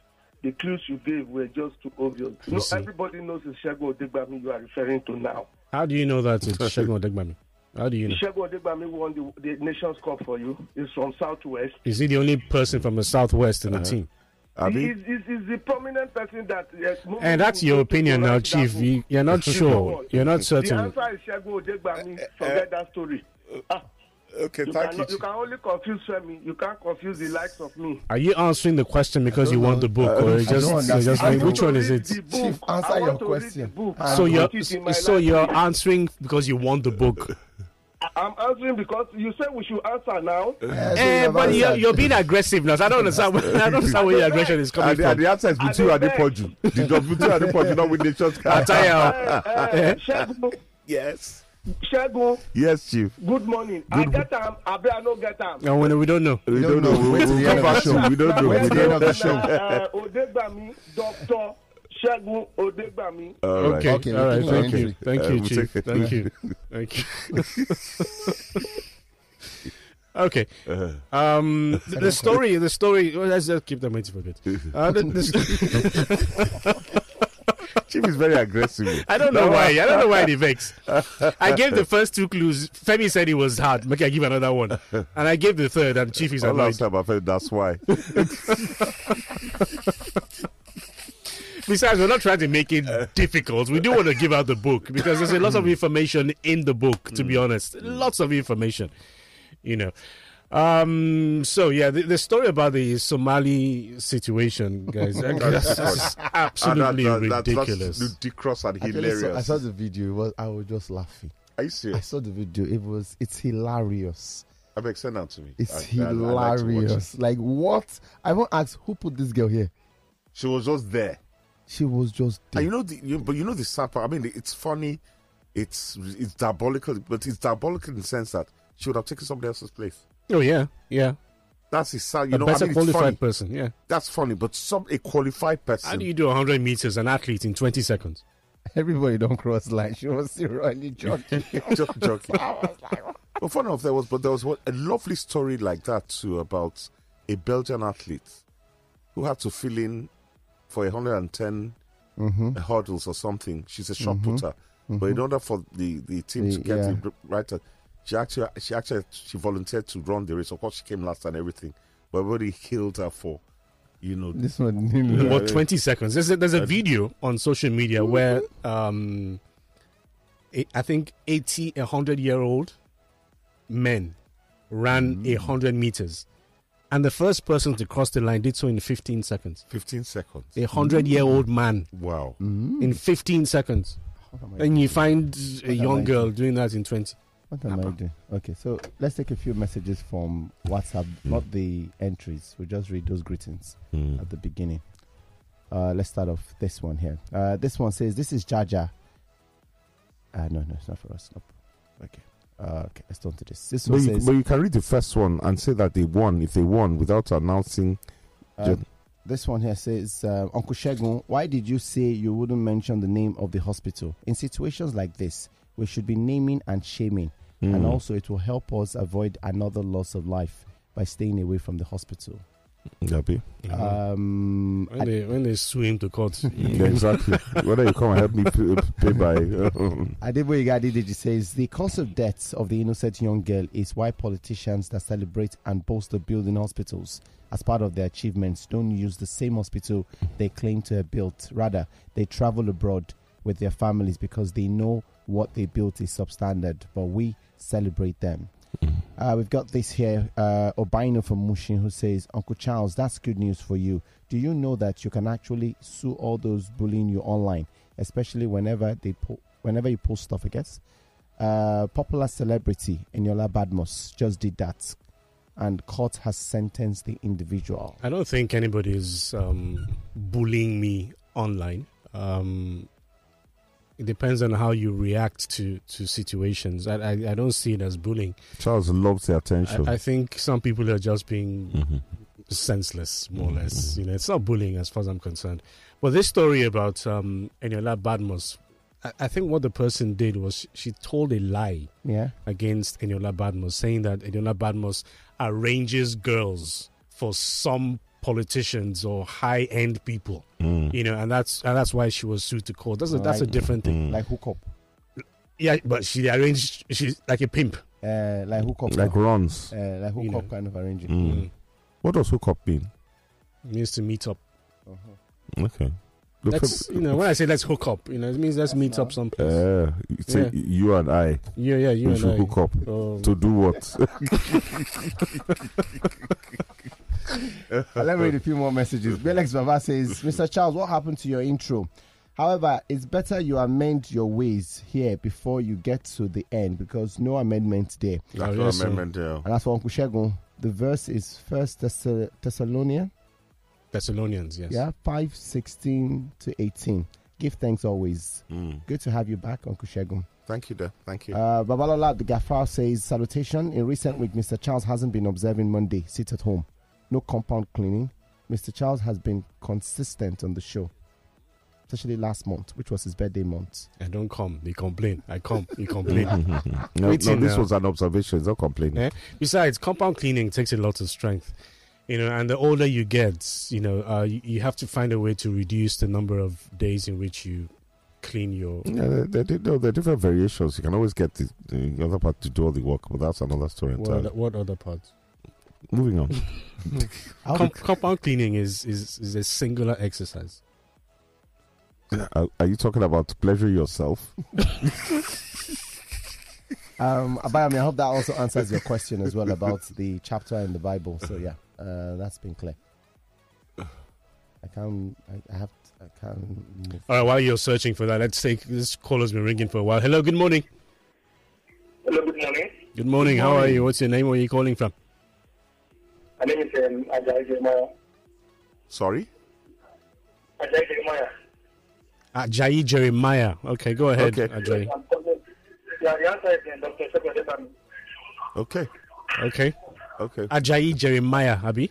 The clues you gave were just too obvious. No, see. everybody knows it's Shego Odegbami you are referring to now. How do you know that <laughs> it's Shegun Odegbami? How do you know? Shego Odegbami won the, the Nations Cup for you. He's from Southwest. Is he the only person from the Southwest in the Uh-huh. team? I He mean, is he's, he's the prominent person that. yes, most And that's people your go to opinion now, write Chief. that book. You, you're <laughs> not It's sure. the You're not The certain. answer is Shego Odegbami. Forget that story. Ah. okay, You, thank you. cannot, you can only confuse Femi. You can't confuse the likes of me. Are you answering the question because you want the book, or I you don't just, you understand. just I like, don't which one read is it? the book. Chief, answer I want your to question. Read the book. I So I you're want it in my so life. you're answering because you want the book. I'm answering because you said we should answer now. Eh, but you're, you're being aggressive now. so I don't understand. where- I don't understand where your aggression is coming and, the, and from. the answer is I Butu don't beg. Adepoju. The Butu Adepoju not with the <laughs> church I tell you, <laughs> Eh, eh, Segun, Yes. Segun, <laughs> Yes, Chief. good morning. I get am. I bet I no get am. and when we don't know. We don't don't know. know. We- Wait till We'll the come end of back to the show. you. We don't know. Wait We till the end don't of know. the show. Uh, Odegbami, Doctor Segun Odegbami. All right. Okay. Okay, All right. we'll Thank take you. it. Thank Uh, you, we'll Chief. take it. Thank you. Thank you. <laughs> okay. Uh-huh. Um, th- the story. The story. well, let's just keep them waiting for a <laughs> bit. Uh, the, the sto- Chief is very aggressive. <laughs> I don't know why. I don't know why they vex. I gave <laughs> the first two clues. Femi said it was hard. Make I give another one, and I gave the third. And Chief is All annoyed. last time I felt that's <laughs> why. Besides, we're not trying to make Uh. it difficult. We do want to give out the book because there's a lot Mm. of information in the book, to be honest. Lots of information, you know. Um, so yeah, the, the story about the Somali situation, guys, <laughs> that's, that's <laughs> absolutely And Ah, that- that- ridiculous. That's ludicrous and Actually, hilarious. so- I saw the video. It was, I was just laughing. Are you I serious? saw the video. It was. It's hilarious. I beg, send that to me. It's I- I- I like to watch it. hilarious. like what? I won't ask who put this girl here. she was just there. She was just And you there. know, the, you, but you know the sad part. I mean, it's funny, it's it's diabolical, but it's diabolical in the sense that she would have taken somebody else's place. Oh yeah, yeah. That's his sad. You A know, I better mean, it's funny. qualified person. Yeah. That's funny, but some a qualified person. How do you do 100 meters an athlete in 20 seconds? Everybody don't cross line. <laughs> She was still running <laughs> jogging. just <laughs> joking. but fun enough, there was, but there was what, a lovely story like that too about a Belgian athlete who had to fill in for 110 Mm-hmm. hurdles or something. She's a shot putter, but in order for the, the team to The- get yeah. the right, uh, she actually she actually she volunteered to run the race. Of course, she came last and everything, but everybody hailed her for, <laughs> you know, this one <laughs> didn't Yeah, look. About yeah. 20 seconds. There's a, there's a video on social media where um, I- I think 80, 100 year old men ran Mm. a 100 meters. And the first person to cross the line did so in 15 seconds. 15 seconds. A 100 year old man Wow. in 15 seconds. What am I And you find a What am I young girl doing that in 20. What am I doing? Okay, so let's take a few messages from WhatsApp, Hmm. not the entries. We'll just read those greetings at the beginning. Uh, let's start off this one here. Uh, this one says, This is Jaja. Uh, no, no, it's not for us. Nope. Okay. Uh, okay, let's turn to this. This But one you, says, but you can read the first one and say that they won if they won without announcing. um, This one here says, uh, Uncle Shegun, why did you say you wouldn't mention the name of the hospital? In situations like this, we should be naming and shaming. Hmm. And also, it will help us avoid another loss of life by staying away from the hospital. Yabi. Um, When, they, when they sue him to <laughs> court. Yeah, exactly. Whether you come and help me pay, uh, pay by. <laughs> um, Adeboye Adedeji says the cause of death of the innocent young girl is why politicians that celebrate and boast of building hospitals as part of their achievements don't use the same hospital they claim to have built. Rather, they travel abroad with their families because they know what they built is substandard, but we celebrate them. Uh, we've got this here, uh, Obino from Mushin, who says, Uncle Charles, that's good news for you. Do you know that you can actually sue all those bullying you online, especially whenever they po- whenever you post stuff, I guess? Uh, popular celebrity Eniola Badmos just did that, and court has sentenced the individual. I don't think anybody is um, bullying me online. Um, it depends on how you react to, to situations. I, I, I don't see it as bullying. Charles loves the attention. I, I think some people are just being senseless, more or less. You know, it's not bullying as far as I'm concerned. But this story about um, Eniola Badmos, I, I think what the person did was she told a lie Yeah, against Eniola Badmos, saying that Eniola Badmos arranges girls for some politicians or high-end people, you know, and that's and that's why she was sued to court. That's a, that's a Right. different thing. like hook up, Yeah, but she arranged. She's like a pimp. uh, like hook up, like runs. uh, like hook you know. up kind of arrangement. Mm. What does hookup mean? Means to meet up. Okay. Look Let's, you know, when I say let's hook up, you know, it means let's meet up someplace. uh, you say Yeah. you and I, yeah, yeah, you we and should I. hook up. Um, To <laughs> do what? Uh, Let me read a few more messages. Belex Baba says, Mr. Charles, what happened to your intro? However, it's better you amend your ways here before you get to the end because no amendment there. oh, yes, sir. And as for Uncle Shegun, the verse is First Thess- Thessalonians, <laughs> Thessalonians, yes. yeah, five sixteen to eighteen. Give thanks always. Good to have you back, Uncle Shegun. Thank you, there. Thank you. <laughs> Uh, Babalola the Gaffar says, Salutation. In recent week, Mr. Charles hasn't been observing Monday. Sit at home. No compound cleaning. Mr. Charles has been consistent on the show, especially last month, which was his birthday month. I don't come. They complain. I come. You complain. no, no, wait till this now. was an observation. It's not complaining. Eh? Besides, compound cleaning takes a lot of strength, you know. And the older you get, you know, uh, you, you have to find a way to reduce the number of days in which you clean your. Yeah, there, there, there, no, there are different variations. You can always get the, the other part to do all the work, but that's another story What entirely. other, what other parts? <laughs> Moving on. <laughs> How Com- compound cleaning is, is is a singular exercise. are, are you talking about pleasure yourself? <laughs> um, Abayami, I hope that also answers your question as well about the chapter in the Bible. So, yeah, uh, that's been clear. I can't, I, I have, to, I can't move. All right, while you're searching for that, let's take this caller's been ringing for a while. Hello, good morning. Hello, good morning. Good morning. How are you? What's your name? Where are you calling from? My name is um, Ajayi Jeremiah. Sorry? Ajayi Jeremiah. Ajayi Jeremiah. Okay, go ahead, Okay. Ajayi. I'm calling. Yeah, the answer is um, Dr. Shekwede Bami. Okay. Okay. Okay. Ajayi Jeremiah Abi.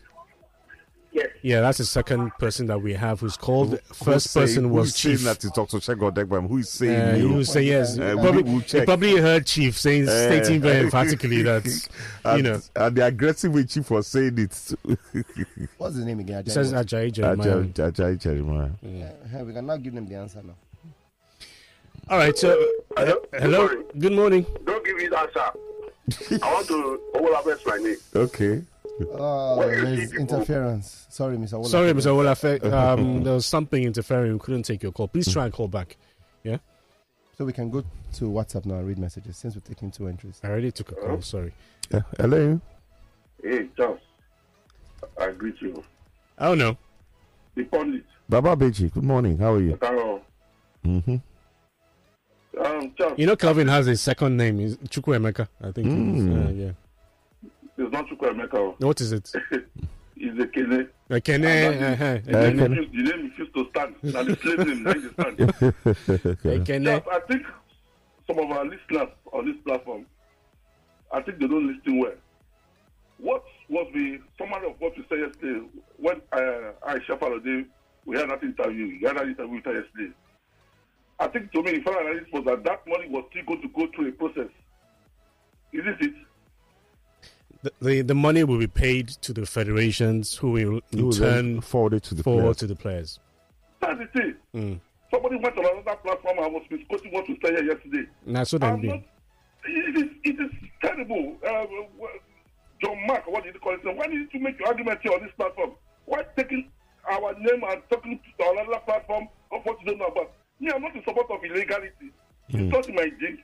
Yes. Yeah, that's the second person that we have who's called. First Who's person saying- was who's saying Chief. that is Dr. Chego Degbam. Who is saying Uh, you? you <laughs> say yes. Uh, You we probably, will you check. probably heard Chief saying, Uh, stating <laughs> very emphatically that, you and, know, and the aggressive way Chief was saying it. <laughs> What's his name again? Ajayi it says what? Ajayi Jeremiah. Ajay Ajay Jeremiah. Uh, we can now give them the answer now. All right, so uh, Hello? hello, Sorry. good morning. Don't give me the answer. I want to overlap my name. Okay. Oh, Where is there's he? interference. Sorry, Mr. Wola. Sorry, Mr. Olafe, <laughs> um, <laughs> there was something interfering. We couldn't take your call. Please try and call back. So we can go to WhatsApp now and read messages since we're taking two entries. I already took a call. Sorry. Uh, hello. Hey, Charles. I greet you. Oh no. The pundit. Baba Beji, good morning. How are you? Carol. Mhm. Um, Charles, You know, Calvin has a second name. Is Chukwuemeka? I think. Mm. Uh, yeah. it's not Chukwemeka. What is it? It's a Kene. Uh, Kene. Uh-huh. uh, Uh, Kene. Kene. The name refused to stand. Now the slave name now they stand. <laughs> Uh, Kene. Yes, I think some of our listeners on this platform, I think they don't listen well. What was the summary of what you said yesterday when uh, I Shafalode, we had that interview, you had that interview with her yesterday. I think to me, the final analysis was that that money was still going to go through a process. Isn't it? The, the the money will be paid to the federations, who will You in will then turn forward it to the forward players. to the players. Hmm. That's the thing. Somebody went on another platform and was misquoting what you said here yesterday. Now, so I'm then, not, it, is, it is terrible. Uh, wh- John Mark, what did you call it? Why need to make your argument here on this platform? Why taking our name and talking to another platform of what you don't know about? Me, I'm not in support of illegality. Hmm. Hmm. It's not in my gig.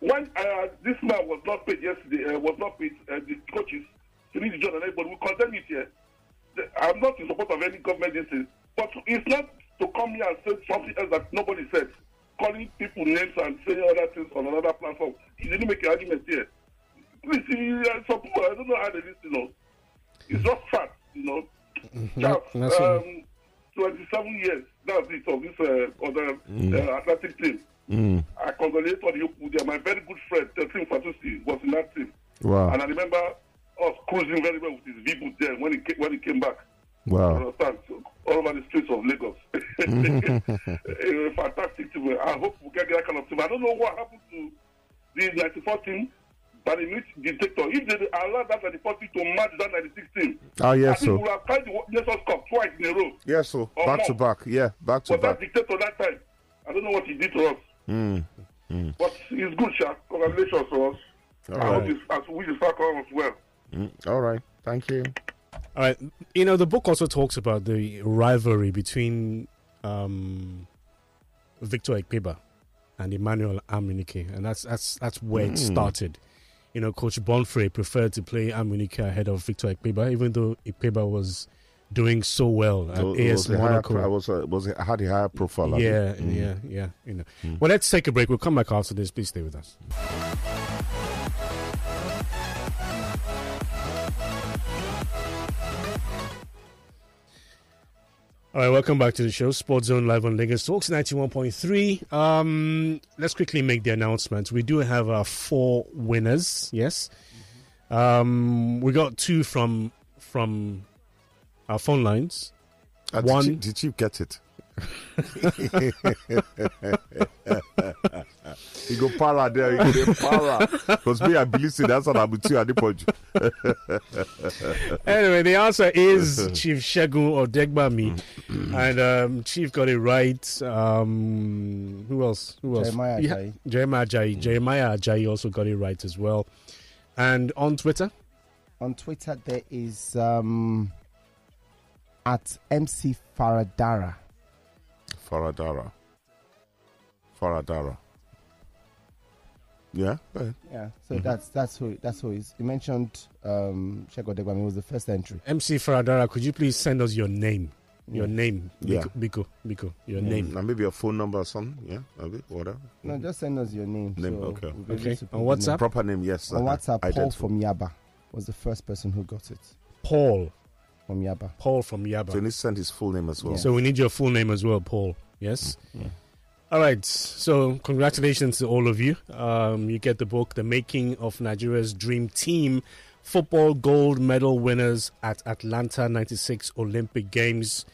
When uh, this man was not paid yesterday, uh, was not paid, uh, the coaches, to the John and everybody, we condemn it here. The- I'm not in support of any government agency, but it's not to come here and say something else that nobody said, calling people names and saying other things on another platform. You didn't make an argument here. Please, you- uh, some people, I don't know how they listen, you know. It's just sad, you know. Just, that's all. um, 27 years, that's it, of this uh, other uh, Atlantic team. I congratulate all the people there. My very good friend, Tessin Fatusi, was in that team. Wow. And I remember us cruising very well with his V-boot there when he, came, when he came back. You Wow. understand? So, All over the streets of Lagos. It was fantastic team. I hope we get that kind of team. I don't know what happened to the 94 team, but in which dictator, if they allow that 94 team to match that 96 team, Ah, I yes, think we so. would have carried the Wo- Nations Cup twice in a row. Yes, so. Oh, Back to no. back. Yeah, back to But that back. Mm. dictator that time, I don't know what he did to us. But it's good, Sha. Congratulations to us. I hope right. it's, as we the Falcons as well. Mm-hmm. All right. Thank you. All right. You know, the book also talks about the rivalry between um, Victor Ekpeba and Emmanuel Amunike, and that's that's that's where Hmm. it started. You know, Coach Bonfrey preferred to play Amunike ahead of Victor Ekpeba, even though Ekpeba was doing so well at So it AS was a higher, Monaco. pro- I was, uh, was a, had a higher profile. I Mm. yeah, yeah, yeah. You know. Well, let's take a break. We'll come back after this. Please stay with us. All right, welcome back to the show, Sports Zone Live on Lagos Talks 91.3. Um, let's quickly make the announcement. We do have our four winners, yes. Um, we got two from from our phone lines. Uh, One- Did you, did you <laughs> get it? <laughs> you go para there, you go there, para. Because me, I believe say that's what I'm with you at the point. Anyway, the answer is Chief Shagun or <clears throat> Degbami, and um, Chief got it right. Um, who else? Who else? Jeremiah Yeah, Ajayi. Jeremiah Ajayi. Mm. Jeremiah Ajayi also got it right as well. And on Twitter, On Twitter, there is um, at MC Faradara. <laughs> Faradara. Faradara. Yeah? go ahead. Yeah, so Mm-hmm. that's that's who that's who he is. He mentioned um, Shego Degbami was the first entry. MC Faradara, could you please send us your name? Your name, Yeah. Biko, Biko, Biko, your name. Mm. Now maybe a phone number or something. Yeah? Maybe? Whatever. No, just send us your name. Name, so okay. we'll be able Okay. to put On the WhatsApp? name. Proper name, yes. On uh-huh. WhatsApp, Paul Identity. from Yaba was the first person who got it Paul, from Yaba. Paul from Yaba. So he needs to send his full name as well. Mm-hmm. So we need your full name as well, Paul. Yes. All right. So, congratulations to all of you. Um, you get the book, The Making of Nigeria's Dream Team Football Gold Medal Winners at Atlanta 96 Olympic Games,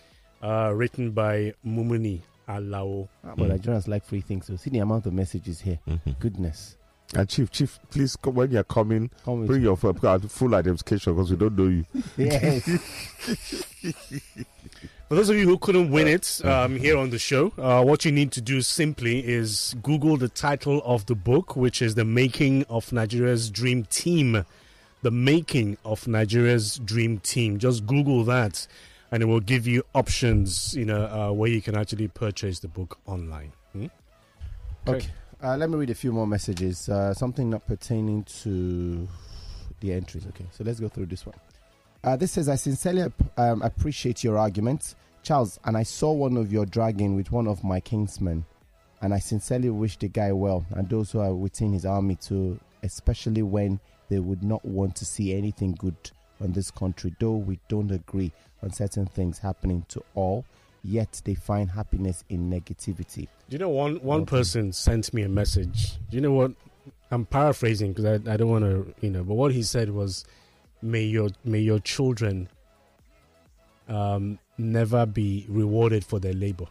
uh, written by Mumuni Alao. Ah, But Mm. Nigerians like free things. So see the amount of messages here. Goodness. And Chief, Chief, please come when you're coming. Come with Bring your full- full identification because we don't <laughs> know you. Yes. For those of you who couldn't win it um, here on the show, uh, what you need to do simply is Google the title of the book, which is The Making of Nigeria's Dream Team. The Making of Nigeria's Dream Team. Just Google that, and it will give you options, you know, uh, where you can actually purchase the book online. Hmm? Okay. Uh, let me read a few more messages. Uh, something not pertaining to the entries. Okay. So let's go through this one. Uh, this says, I sincerely ap- um, appreciate your arguments, Charles, and I saw one of your dragging with one of my kingsmen, and I sincerely wish the guy well and those who are within his army too, especially when they would not want to see anything good on this country, though we don't agree on certain things happening to all, yet they find happiness in negativity. Do you know one one person sent me a message? Do you know what? I'm paraphrasing because I, I don't want to, you know. But what he said was, "May your may your children um, never be rewarded for their labor."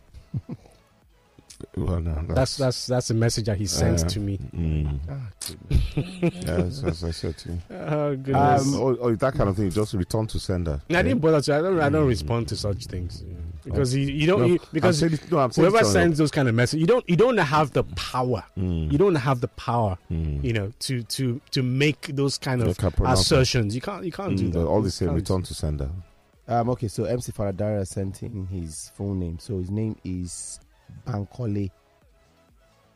<laughs> Well, no, That's that's that's a message that he sent Uh, to me. Ah, Mm. <laughs> Yeah, that's, that's, what I said to you. <laughs> Oh goodness! Um, or, or that kind of thing, you just return to sender. I didn't bother to. I don't. I don't respond to such things you know, because you, you don't. Mm. No, you, because I'm saying it- no, I'm saying whoever it on your- sends those kind of messages, you don't. You don't have the power. You don't have the power. Mm. You know to to to make those kind of Look at pronouncement. assertions. You can't. You can't do Mm, that. but all the same, Can't- return to sender. Um, okay, so MC Faradara sent in his full name. So his name is Bankole.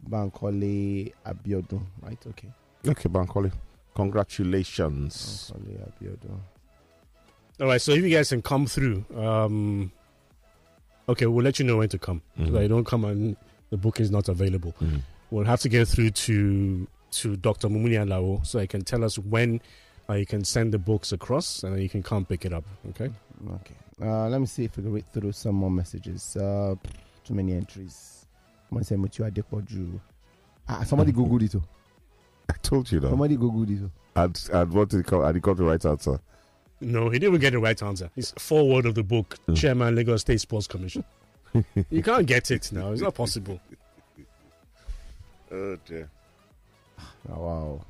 Bankole Abiodun, right? Okay. Okay, Bankole, congratulations. Bankole Abiodun. All right, so if you guys can come through, um, okay, we'll let you know when to come. So that you don't come and the book is not available. We'll have to get through to to Dr. Mumuni Alao so he can tell us when uh, you can send the books across and then you can come pick it up. Okay. Okay. Uh, let me see if we can read through some more messages. Uh, too many entries. Someone said Mutua Adepoju. Ah, somebody googled it. oh. <laughs> I told you that. Somebody googled it. oh. And, and what did he come? And he got the right answer. No, he didn't get the right answer. It's forward of the book, Chairman Lagos State Sports Commission. you can't get it now. It's not possible. Oh dear. Oh, wow.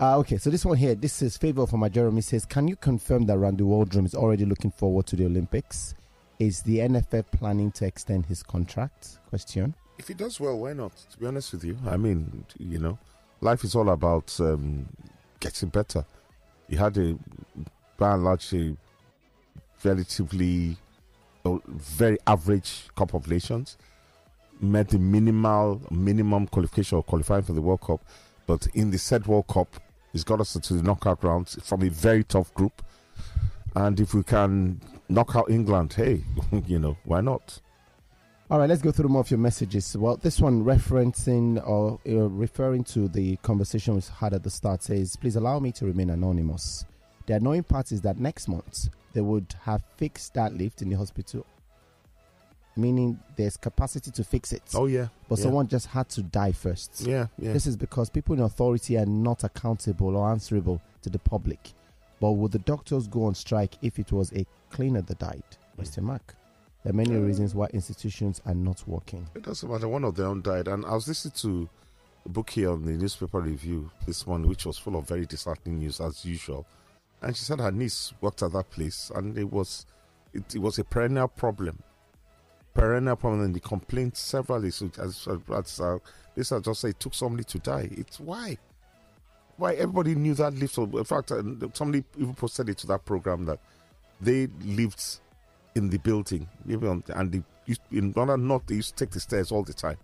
Uh, okay, so this one here, this is favor from my Jeremy says, can you confirm that Randy Waldrum is already looking forward to the Olympics? Is the NFF planning to extend his contract? Question. If he does well, why not? To be honest with you, I mean, you know, life is all about um, getting better. He had a, by and large, a relatively, uh, very average cup of nations. Met the minimal minimum qualification of qualifying for the World Cup, but in the said World Cup, he's got us to the knockout rounds from a very tough group. And if we can knock out England, hey, <laughs> you know, why not? All right, let's go through more of your messages. Well, this one referencing or uh, referring to the conversation we had at the start says, please allow me to remain anonymous. The annoying part is that next month they would have fixed that lift in the hospital, meaning there's capacity to fix it. Oh yeah, but yeah. someone just had to die first. yeah, yeah. This is because people in authority are not accountable or answerable to the public. But would the doctors go on strike if it was a cleaner that died? Question mark. There are Uh, many reasons why institutions are not working. It doesn't matter. One of their own died, and I was listening to a book here on the newspaper review this morning, which was full of very disheartening news as usual. And she said her niece worked at that place, and it was it, it was a perennial problem, perennial problem, and the complaints severally. So as, as uh, this, I just say it took somebody to die. It's why. Why everybody knew that lift. was- In fact, uh, somebody even posted it to that program that they lived in the building, maybe on, and the, used- in London North, they used to take the stairs all the time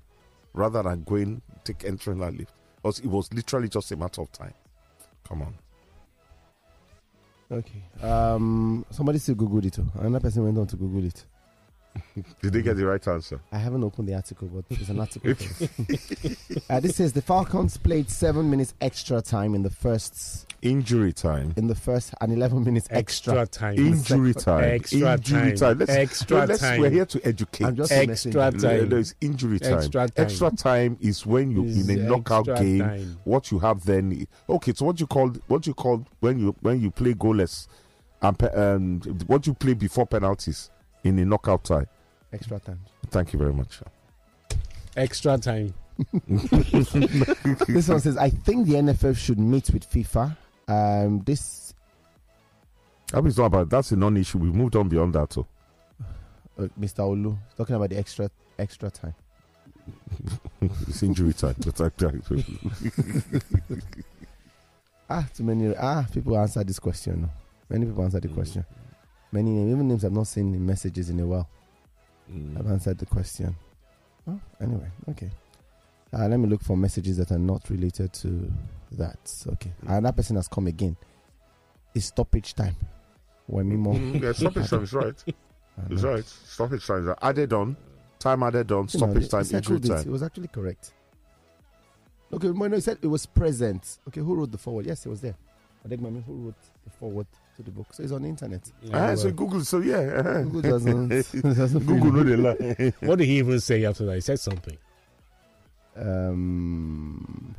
rather than going, take entering that lift. Because it was literally just a matter of time. Come on. Okay. Um, somebody still Googled it. oh. Another person went on to Google it. <laughs> Did they get the right <laughs> answer? I haven't opened the article, but there's <laughs> an article. for it. <laughs> uh, this says the Falcons played seven minutes extra time in the first, Injury time. in the first, and eleven minutes extra. Extra time. Injury time. Extra injury time. Let's, Extra no, let's- time. We're here to educate. I'm just messing Extra with No, no, time. no, it's injury time. Extra time. Extra time is when you Is in a knockout extra game. time. What you have then? i- Okay, so what you call what you call when you when you play goalless, and pe- um, what you play before penalties in a knockout tie. Extra time. Thank you very much. Extra time. <laughs> <laughs> this one says, I think the NFF should meet with FIFA. Um, this I mean, it's not about that's a non-issue. We moved on beyond that. So uh, Mr. Olu talking about the extra extra time. <laughs> it's injury time. <laughs> But I, Ah, too many. Ah, people answered this question. no. Many people answered Mm. the question. Many names, even names I've not seen in messages in a while, Mm. have answered the question. Well, anyway, okay. Uh, let me look for messages that are not related to that. Okay. Mm. Another person has come again. It's stoppage time. Wemimo. Mm-hmm. <laughs> yeah, <laughs> stoppage time is right. It's right. Stoppage time is added on. Time added on. You know, Stoppage they- time. they Injury settled it. It time. was actually correct. Okay, no, it said it was present. Okay, who wrote the forward? Yes, it was there. I think who wrote the forward to the book. So it's on the internet. Uh, Ah, so Google. So yeah. uh-huh. <laughs> Google doesn't. doesn't Google really- know they lie. <laughs> What did he even say after that? He said something. Um,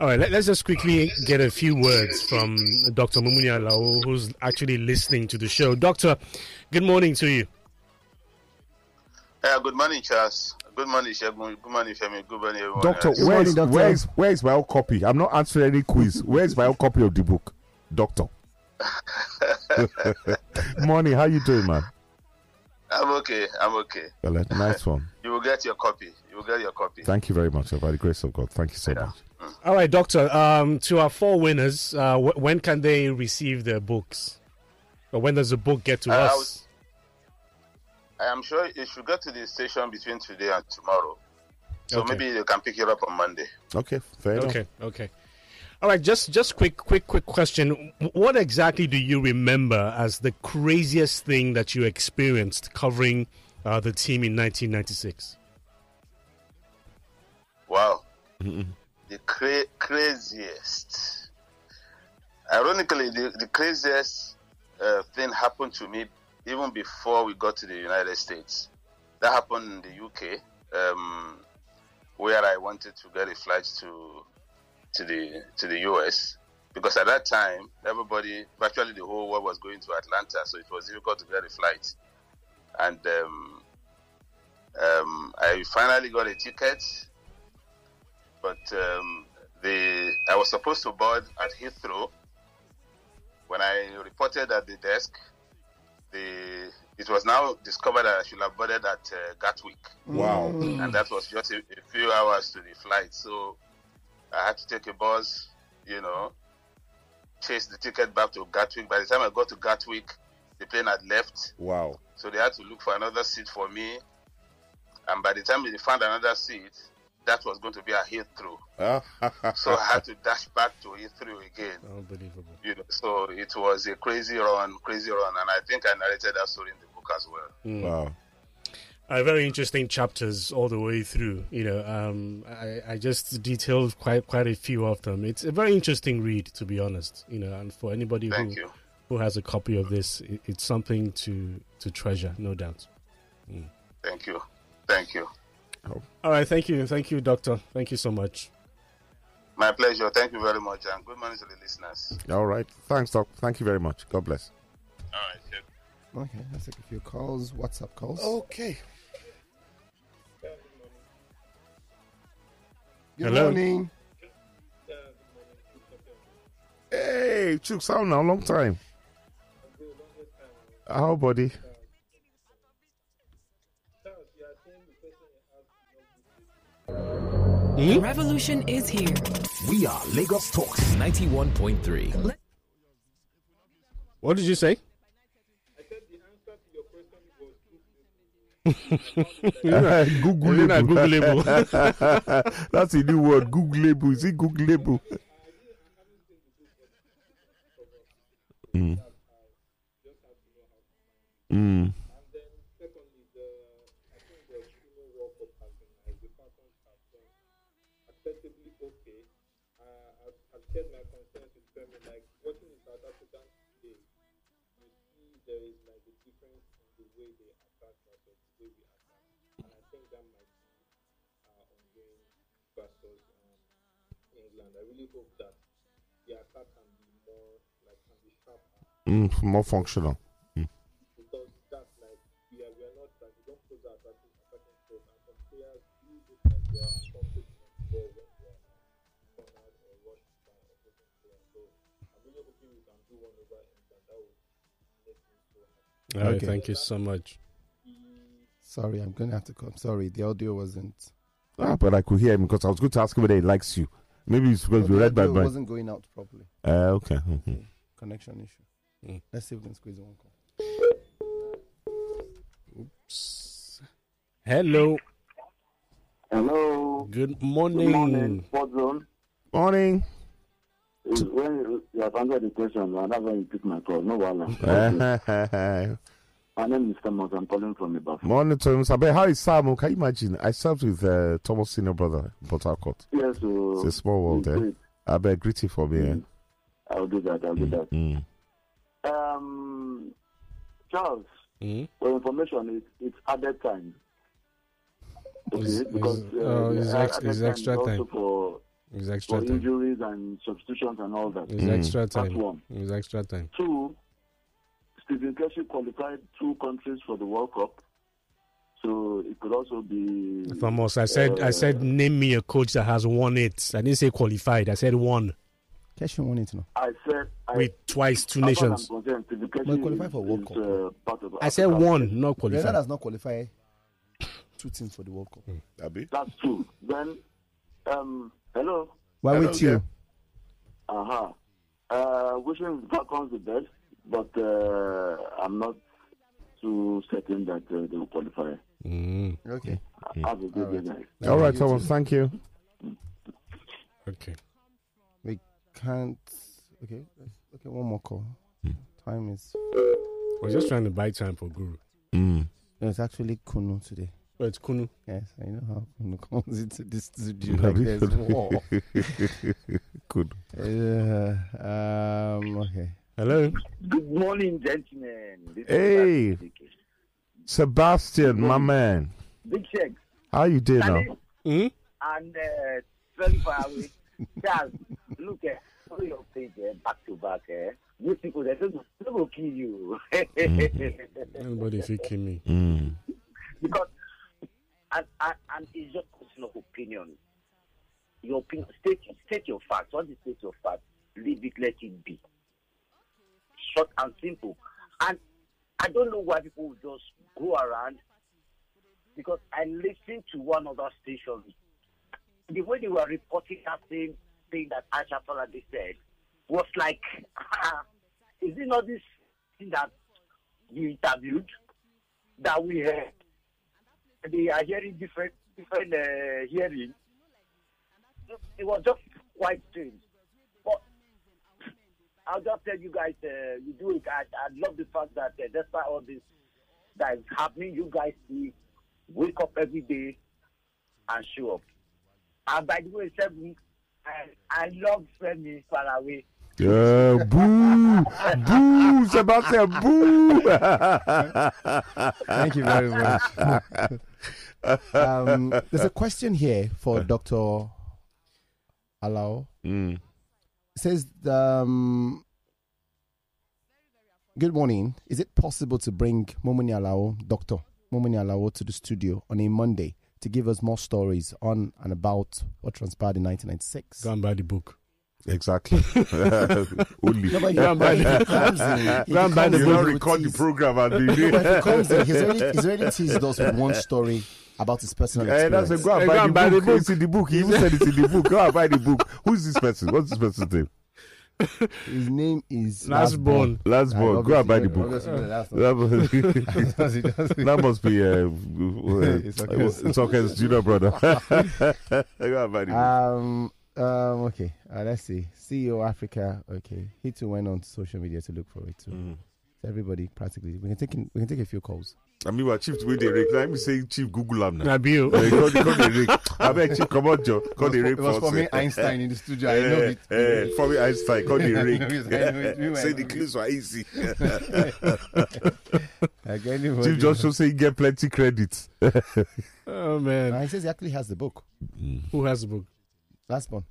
All right, let, us just quickly get a few words from Dr. Mumunia Lao, who's actually listening to the show. Doctor, good morning to you. Yeah, good morning, Charles. Good morning, Shegun. Good morning, Femi. Good morning, everyone. Doctor, else. where morning, is, doctor. where is where is my own copy? I'm not answering any quiz. Where is my own copy of the book, <laughs> Doctor? Morning, how you doing, man? I'm okay. I'm okay. Well, like, nice one. You will get your copy. You will get your copy. Thank you very much. By the grace of God, thank you so much. All right, Doctor, um, to our four winners, uh, wh- when can they receive their books? Or when does the book get to Uh, I us? was- I am sure it should get to the station between today and tomorrow. So Okay. maybe you can pick it up on Monday. Okay, fair enough. Okay, okay. All right, just just quick, quick, quick question. What exactly do you remember as the craziest thing that you experienced covering uh, the team in 1996? Wow. The cra- craziest. Ironically, the, the craziest uh, thing happened to me even before we got to the United States. That happened in the UK, um, where I wanted to get a flight to to the to the US because at that time everybody, virtually the whole world, was going to Atlanta, so it was difficult to get a flight. And um, um, I finally got a ticket but um, the I was supposed to board at Heathrow. When I reported at the desk, the it was now discovered that I should have boarded at uh, Gatwick, Wow. and that was just a, a few hours to the flight. So I had to take a bus, you know, chase the ticket back to Gatwick. By the time I got to Gatwick, the plane had left. Wow. So they had to look for another seat for me. And by the time they found another seat, that was going to be a Heathrow. So <laughs> I had to dash back to Heathrow again. Unbelievable. You know, so it was a crazy run, crazy run, and I think I narrated that story in the book as well. Wow. uh, very interesting chapters all the way through. You know, um, I, I just detailed quite quite a few of them. It's a very interesting read, to be honest. You know, and for anybody who Thank you. who has a copy of this, it, it's something to to treasure, no doubt. Thank you. Thank you. All right, thank you, thank you, Doctor, thank you so much. My pleasure. Thank you very much, and good morning to the listeners. All right. Thanks, Doc. Thank you very much. God bless. All right. Cheers. okay, let's take a few calls. WhatsApp calls. Okay. good Hello. morning. Hey, Chooks, how now? Long time. How, buddy? Hmm? <laughs> The revolution is here. We are Lagos Talks 91.3. What did you say? Uh, Google Not Googleable. <laughs> That's a new word. Googleable. Is it Googleable? Mm. Mm. Secondly, the shared my concerns with Femi. Like working in South Africa today, you see there is like a difference in the way they attack versus the way we attack, and I think that might be uh, ongoing versus um, England. I really hope that the attack can be more like can be sharper Mm, more functional. Mm. because that's like we are we are not like we don't pose our attacking attacking throws and some players do look like they are uncomfortable with the ball when they are cornered or rushed by opposing players. So I'm really hoping we can do one over England. That would make me so happy. All right, Okay. thank you so much. Sorry, I'm going to have to come. Sorry, the audio wasn't. Ah, but I could hear him because I was going to ask him whether he likes you. Maybe he's supposed to be the read by audio my. wasn't going out properly. Uh, okay. mhm. Connection issue. Mm. Let's see if we can squeeze in one call. Oops. Hello. Hello. Good morning. Good morning, Sport Zone. <laughs> Morning. When you have answered the question, and that's when you pick my call. No problem. Uh-huh. My name is Thomas. I'm calling from Ibadan. Morning, Thomas. I how is Sam? Can you imagine? I served with uh, Thomas' senior brother, Port Harcourt. Yes, so It's a small world there. Eh? I beg greeting for me. Eh? I'll do that. I'll do that. Mm. Um, Charles, Mm. for information, it, it's added time. It's- it's- uh, oh, it's added ex- it's extra is also time. For, It's extra uh, for time. <laughs> injuries and substitutions and all that. It's extra That's one. time. It's extra time. Two, Stephen Keshi qualified two countries for the World Cup. So it could also be. Thomas, I said, I said, name me a coach that has won it. I didn't say qualified. I said won Keshin wanted to know. I said. I, with twice two as far as nations. I'm concerned, Stephen Well, Keshi qualified is- for World is, Cup. uh, part of I said Africa. one, not Grenada qualified. does not qualify two teams for the World Cup. Hmm. That's two. Then, um, hello. <laughs> Why Hello, with you? Uh-huh. Uh Wishing Falcons the best, but uh, I'm not too certain that uh, they will qualify. Mm. Okay. Have a good day, guys. All right, Thomas. Thank you. Okay. We can't. Okay. let's- Okay. One more call. Time is. We're Hmm. just trying to buy time for Guru. Hmm. No, it's actually Kunu today. But it's Kunu. Yes, I know how Kunu comes into this studio like there's war. <laughs> Good. Uh, um. <laughs> Okay. Hello. Good morning, gentlemen. This is Hey, Sebastian speaking. Sebastian, my Mm-hmm. man. Big Shek. How you doing now? Salut. Hmm? And uh, very far away. Charles, look at all your page eh, back to back. Eh? You people, they don't they will kill you. <laughs> Nobody if you kill me. because, and, and, and it's just a question of opinion. Your opinion, state, state your facts. Once you state your facts, leave it, let it be. Short and simple. And I don't know why people just go around because I listened to one other station. The way they were reporting that same thing that Asha Falabi said was like, <laughs> "Ah, is it not this thing that you interviewed that we heard? They uh, are hearing different, different uh, hearing. It was <laughs> just quite strange. But I'll just tell you guys, uh, you do it. I, I love the fact that uh, despite all this that is happening, you guys see wake up every day and show up. And by the way, Sebi, I, I love Femi Faraway. Uh, boo, boo, Sebastian, <laughs> boo. Thank you very much. um, there's a question here for Dr. Alao. <laughs> Mm. It says, um, Good morning. Is it possible to bring Momoni Alao, Dr. Momoni Alao, to the studio on a Monday to give us more stories on and about what transpired in 1996? Go and buy the book. Exactly. <laughs> Only. No, but he- Go and buy <laughs> he the- comes in- he Go and buy comes the in book. with record the teas. program and No, the- but if he comes in, he's already, he's already teased us with <laughs> one story about his personal Hey, experience. Eh, that's a go and buy, the, book. It's in the book. He even said it's in the book. Go and buy the book. Who's this person? What's this person's name? His name is Last Go Obviously, and buy the yeah, book. obviously, yeah, that's not- That must, <laughs> That's it, that's it. <laughs> that must be uh, it's It's okay. okay. It's okay, junior brother. <laughs> go and buy the book. Um, um, okay, E uh, let's see. CEO Africa, okay. He too went on social media to look for it too. So everybody, practically, we can take in, we can take a few calls. I mean, well, Chief, we the rig. Let me say, Chief, Google am now. Nabil. Uh, call, the- call the rig. I beg Chief, come on, Joe. Call the rig It was for- it was us. for me, Einstein in the studio. I know it. <laughs> Eh, eh, for me, Einstein. Call the rig. Because <laughs> I know <laughs> it. We were- say the clues were <laughs> easy. Like anybody. Chief Johnson say he get plenty credit. <laughs> Oh man! he says he actually has the book. Who has the book? Last one.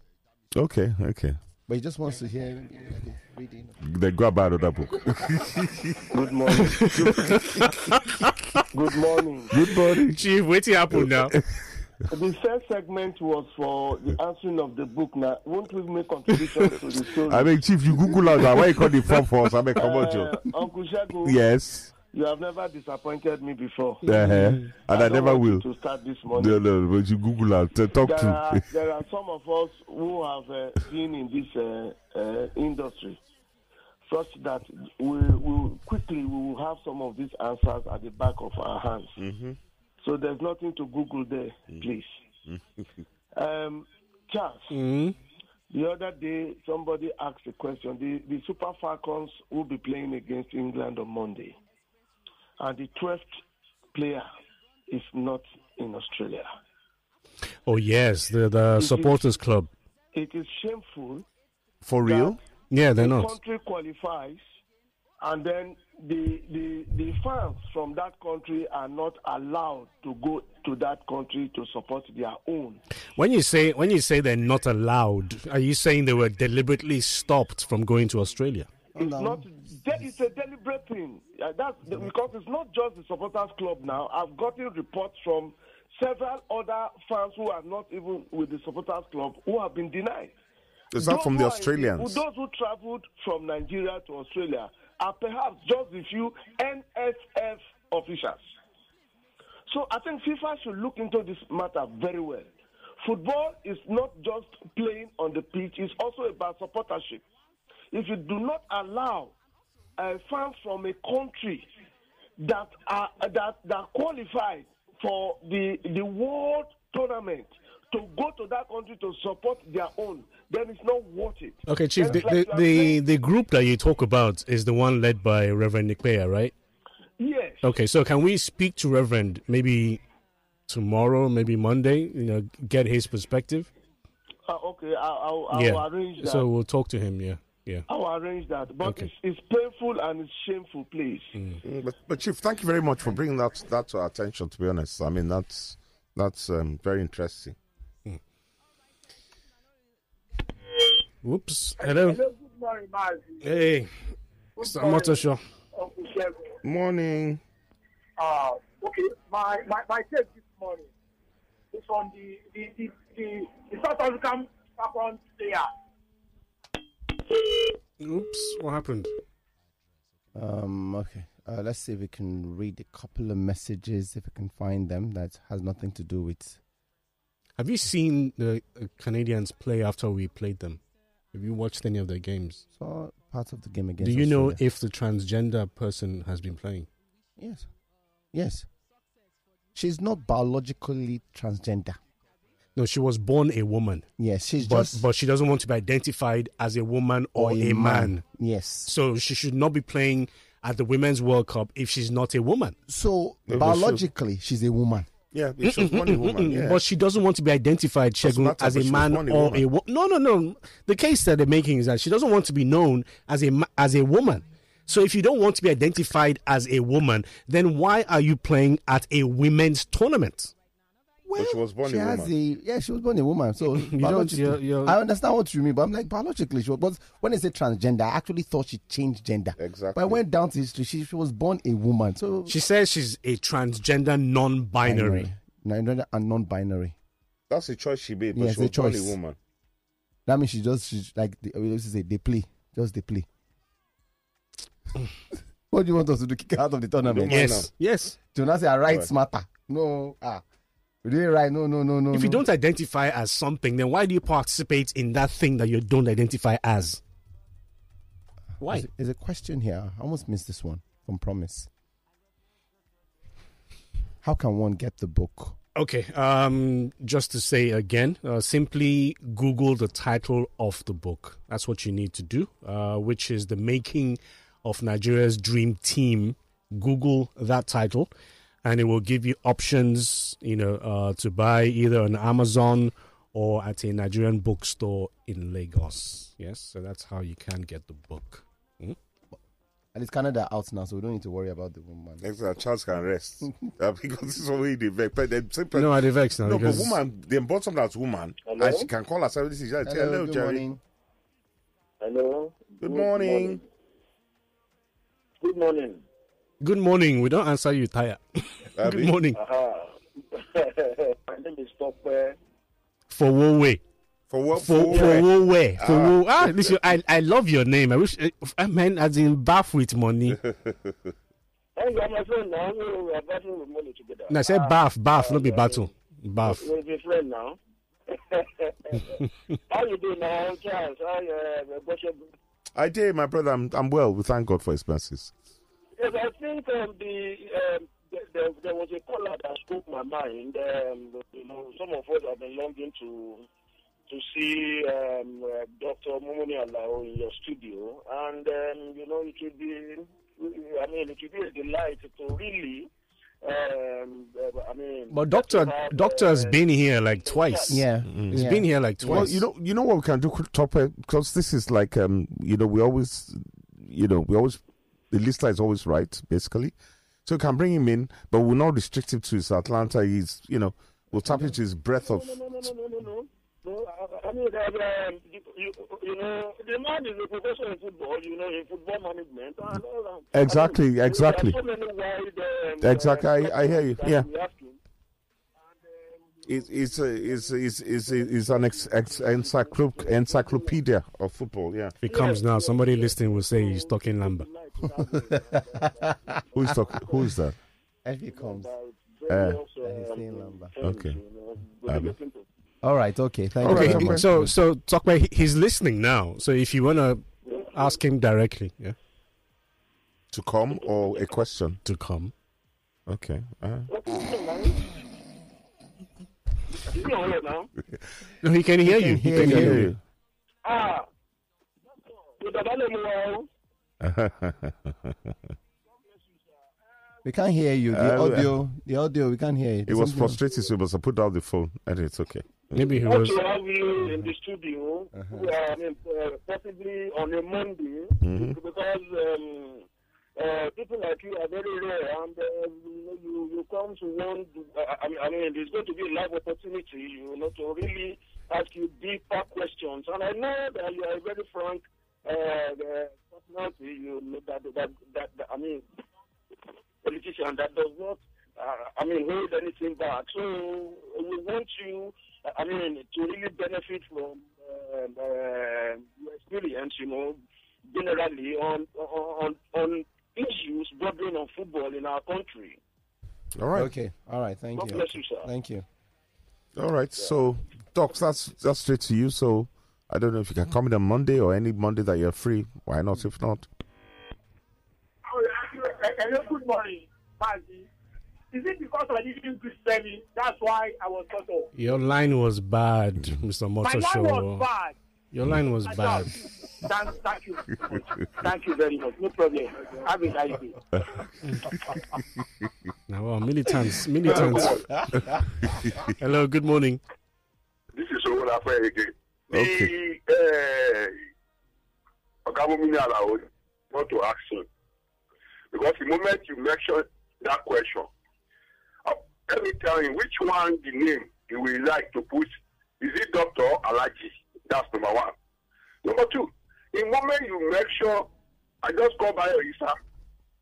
okay, okay. But he just wants to hear like, reading. Then go about <laughs> another book. <laughs> Good morning. Good morning. Good morning. Chief, wait till happen now. The first segment was for the answering of the book. Now, won't we make contributions to the story? I mean, Chief, you Google out that. Why you call the phone for us? I mean, come on, Joe. Uh, Uncle Shago, Yes. you have never disappointed me before. Uh-huh. And I, don't never want you will. To start this morning. No, no, but you Google out. T- Talk there, <laughs> are, to. there are some of us who have uh, been in this uh, uh, industry such that we will quickly we will have some of these answers at the back of our hands. Mm-hmm. So there's nothing to Google there, please. Um, Charles, Mm-hmm. the other day somebody asked a question. The, the Super Falcons will be playing against England on Monday, and the 12th player is not in Australia. Oh yes, the the supporters club. It is shameful. For real? Yeah, they're the not. country qualifies, and then the, the the fans from that country are not allowed to go to that country to support their own. When you say when you say they're not allowed, are you saying they were deliberately stopped from going to Australia? It's not. de- It's a deliberate thing. Uh, That's the- because it's not just the supporters club. Now I've gotten reports from several other fans who are not even with the supporters club who have been denied. Is that Those from the who are in- Australians? Those who traveled from Nigeria to Australia are perhaps just a few NSF officials. So I think FIFA should look into this matter very well. Football is not just playing on the pitch, it's also about supportership. If you do not allow uh, fans from a country that are that that qualified for the the world tournament to go to that country to support their own, then it's not worth it. Okay, Chief, Then the, it's like the, you are the, the group that you talk about is the one led by Reverend Nikpea, right? Yes. Okay, so can we speak to Reverend maybe tomorrow, maybe Monday, you know, get his perspective? Uh, okay, I'll, I'll, yeah. I'll arrange that. So we'll talk to him, yeah. Yeah. I'll arrange that. But it's, it's painful and it's shameful, please. Mm, But, but Chief, thank you very much for bringing that that to our attention. To be honest, I mean that's that's um, very interesting. Whoops. Hello. good morning, Maz. Hey. Mr. Motosho. Uncle Shegun. Morning. Uh, okay, my, my, my take this morning is on the, the, the, the, the South African background player. Oops, what happened? Um, okay. Uh, let's see if we can read a couple of messages if we can find them that has nothing to do with. Have you seen the uh, Canadians play after we played them? Have you watched any of their games? So part of the game Do against. you know Australia. if the transgender person has been playing? Yes. Yes. She's not biologically transgender. No, she was born a woman. Yes, she's but, just but she doesn't want to be identified as a woman or, a man. Yes. So she should not be playing at the Women's World Cup if she's not a woman. So It was <laughs> biologically, she's a woman. Yeah, But she doesn't want to be identified, Shegun, matter, as but a she was man born a or woman. a woman. No, no, no. The case that they're making is that she doesn't want to be known as a ma- as a woman. So if you don't want to be identified as a woman, then why are you playing at a women's tournament? But she was born she a has woman. a yeah, she was born a woman. So <laughs> biologically, you're- you're- I understand what you mean, but I'm like biologically, she was. But when I say transgender, I actually thought she changed gender. Exactly. But I went down to history. She, she was born a woman. So She says she's a transgender non-binary. Transgender and non-binary. That's a choice she made, but Yes, she was a born a choice. woman. That means she just she's like the, I mean, this is a they play, just they play. what do you want us to do? Kick her out of the tournament? Yes. mind now. yes. Do not say our rights Right. matter. No, ah, we did it right. No, no, no, no. If you no. don't identify as something, then why do you participate in that thing that you don't identify as? Why? There's a, there's a question here. I almost missed this one from Promise. How can one get the book? Okay, um, just to say again, uh, simply Google the title of the book. That's what you need to do, uh, which is The Making of Nigeria's dream team, Google that title, and it will give you options, you know, uh, to buy either on Amazon or at a Nigerian bookstore in Lagos. Yes, so that's how you can get the book. Mhm. And it's Canada out now, so we don't need to worry about the woman. Exactly. Charles can <laughs> rest. Uh, because this is already the vex. But then simple. No, I dey vex now No, because- but woman, they bought something that's woman. Hello? And she can call herself. This is Hello, Hello, Hello good Jerry. morning. Hello. Good morning. Good morning. Good morning. We don't answer you, Taya. <laughs> Good morning. Aha. Uh-huh. <laughs> My name is Tokwe. For Wowe. For what? For for for Wowe. Wowe. For Ah. Wowe. Ah, listen, I, I love your name. I wish, eh, I mean, as in bath with <laughs> money. Hey, you are my friend now. We are battling with money together. No, I said Ah, bath, bath, not be okay. battle. Bath. We be <laughs> friend now. <laughs> How you doing now, Charles? How you? Uh, what's your I did, my brother. I'm, I'm well. We thank God for his mercies. Yes, I think um, the, um, the, the there was a caller that spoke my mind. Um, you know, some of us have been longing to to see um, uh, Dr. Mumuni Alao in your studio, and um, you know, it would be, I mean, it would be a delight to really. Um, uh, I mean, uh, But doctor, doctor has been here like twice. Mm, Yeah. he's been here like twice. Well, you know, you know what we can do, Topper, because this is like, um, you know, we always, you know, we always, the listener is always right, basically. So we can bring him in, but we're not restrictive to his Atlanta. He's, you know, we'll tap into his breadth of. Mm-hmm. No, no, no, no, no, no. No, I, I mean, that, um, you, you, you know, the man is a professor in football, you know, in football management and all that. Exactly, I mean, there are exactly. so many wide, um, Exactly, uh, I, I hear you. that Yeah, we have to- it's it's a- it's it's it's, it's an ex, ex, encyclop, encyclopedia of football. Yeah, If he comes now, somebody listening will say he's talking <laughs> lamba. Who is talking? Who is that? If he comes. Uh, Okay. Um, Abi. All right. Okay. Thank you. very Okay, much. so so talk about he's listening now. So if you wanna ask him directly, yeah, to come or a question to <laughs> come. Okay. Uh, You know, here now. no, he can hear can you. He hear can you. hear you. Ah. You don't know me well. Uh-huh. We can't hear you. The Uh, audio. The audio. We can't hear you. It was Something- frustrating, so we must have put down the phone, and it's okay. Maybe he Hope to have you in the studio, Uh-huh. uh, I mean, uh, possibly on a Monday, Mm-hmm. Mhm. Mm-hmm. because um, uh, people like you are very rare, and uh, you, know, you you come to one. I, I mean- I mean, there's going to be a live opportunity, you know, to really ask you deeper questions. And I know that you are a very frank uh, uh, personality. You know, that, that, that that I mean, politician that does not, uh, I mean, hold anything back. So we want you, I mean, to really benefit from um, uh, your experience, you know, generally on on on issues bordering on football in our country. All right. Okay. All right. Thank God you. bless you, sir. Thank you. All right. So, Docs, that's that's straight to you. So, I don't know if you can come in on Monday or any Monday that you're free. Why not? If not, Oh, yeah. Hello, good morning, Mazi. Is it because I didn't good service? That's why I was cut off. Your line was bad, Mr. My Motor life was Show. bad. Your line was I bad. thought- Thank, thank you. Thank you very much. No problem. Have a nice day. <laughs> Now, well, <laughs> militants, militants. Hello, good morning. This is what happened again. Okay. The uh, Ogamomini eh, Alao want to ask him because the moment you mention that question, uh, let me tell him which one the name he will like to put. Is it Doctor Alaji? That's number one. Number two, the moment you mention, I just call Bayo Isa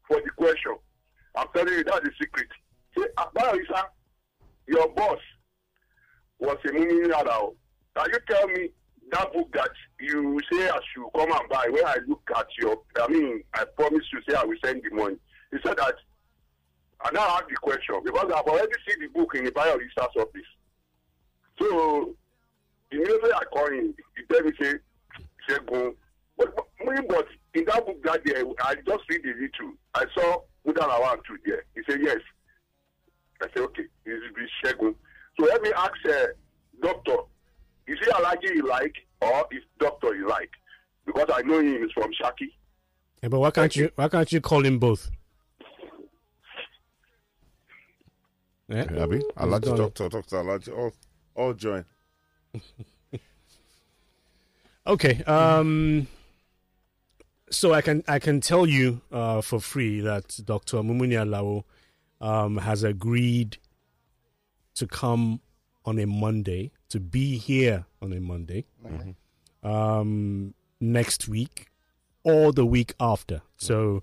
for the question. I'm telling you that's the secret. See, uh, Bayo Isa, your boss was a Mumini Alao. Can you tell me that book that you say I should come and buy? When I look at your, I mean, I promise you, say I will send the money. He said that. I now have the question because I've already seen the book in the buyer research office. So immediately I call him. He tell me say, Segun, but, but, me, but in that book that day, I just read the little. I saw Mudalawan too there. He said yes. I said okay. It will be Segun. So let me ask uh, doctor is it Alaji you like or is doctor you like? Because I know him is from Shaki. Yeah, but why can't you? Why can't you call him both? Yeah, Abi, He's Alaji, done it. Doctor, Doctor, Alaji, all, all join. Okay. Um, so I can I can tell you uh, for free that Dr. Mumuni Alao um, has agreed to come on a Monday to be here on a Monday Okay. um, next week or the week after. So.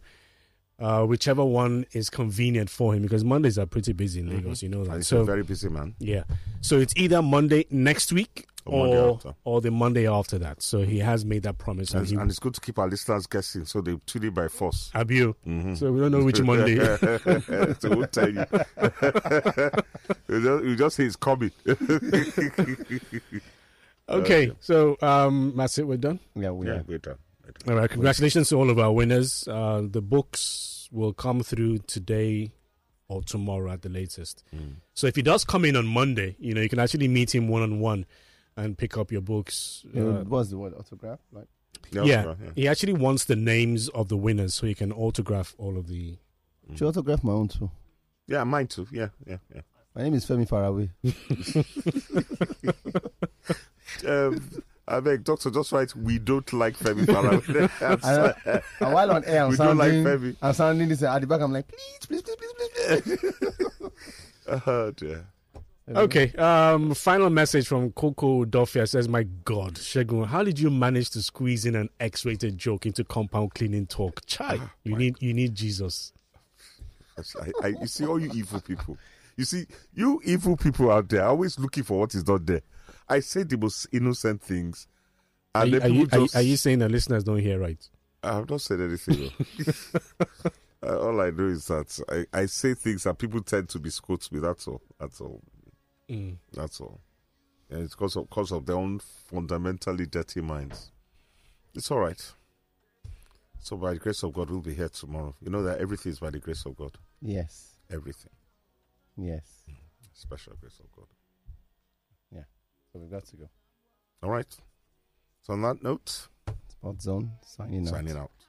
Uh, whichever one is convenient for him, because Mondays are pretty busy in Lagos, you know that. Mm-hmm. And he's so a very busy man. yeah. So it's either Monday next week Or Monday or after. or the Monday after that. So he has made that promise. And, he, and it's good to keep our listeners guessing, so they treat it by force. Abio. Mhm. So we don't know which Monday. <laughs> so we'll tell you. <laughs> we, just, we just say it's coming. <laughs> okay. So um, that's it. We're done. Yeah, we uh, Yeah, are. we're done. All right. Congratulations to all of our winners. Uh, the books will come through today or tomorrow at the latest. So if he does come in on Monday, you know you can actually meet him one on one and pick up your books. It uh, Mm. was the word autograph, like Yeah, he actually wants the names of the winners so he can autograph all of the. Should autograph my own too. Yeah, mine too. Yeah, yeah, yeah. My name is Femi <laughs> <laughs> Faraway. Um, I beg, Doctor, just write, we don't like Femi <laughs> Falawe. I'm <laughs> sorry. and, and while on air, I'm <laughs> we don't like sounding, Femi. I'm sounding this uh, at the back. I'm like, please, please, please, please, please. please. <laughs> Oh, dear. Okay. Um, final message from Coco Duffia says, "My God, Shegun, how did you manage to squeeze in an X-rated joke into compound cleaning talk? Chai, Ah, you need you need Jesus. I, I, you see, all you evil people. You see, you evil people out there are always looking for what is not there. I say the most innocent things. Are And you, are, then you, people are, you, just. are you saying that listeners don't hear right? I've not said anything. <laughs> though. <laughs> uh, all I know is that I, I say things and people tend to be scots with. That's all. That's all. Mm. That's all. And it's because of, because of their own fundamentally dirty minds. It's all right. So, by the grace of God, we'll be here tomorrow. You know that everything is by the grace of God. Yes, Everything. yes. Special grace of God. So we've got to go. All right. So, on that note, Spot zone signing out. signing out.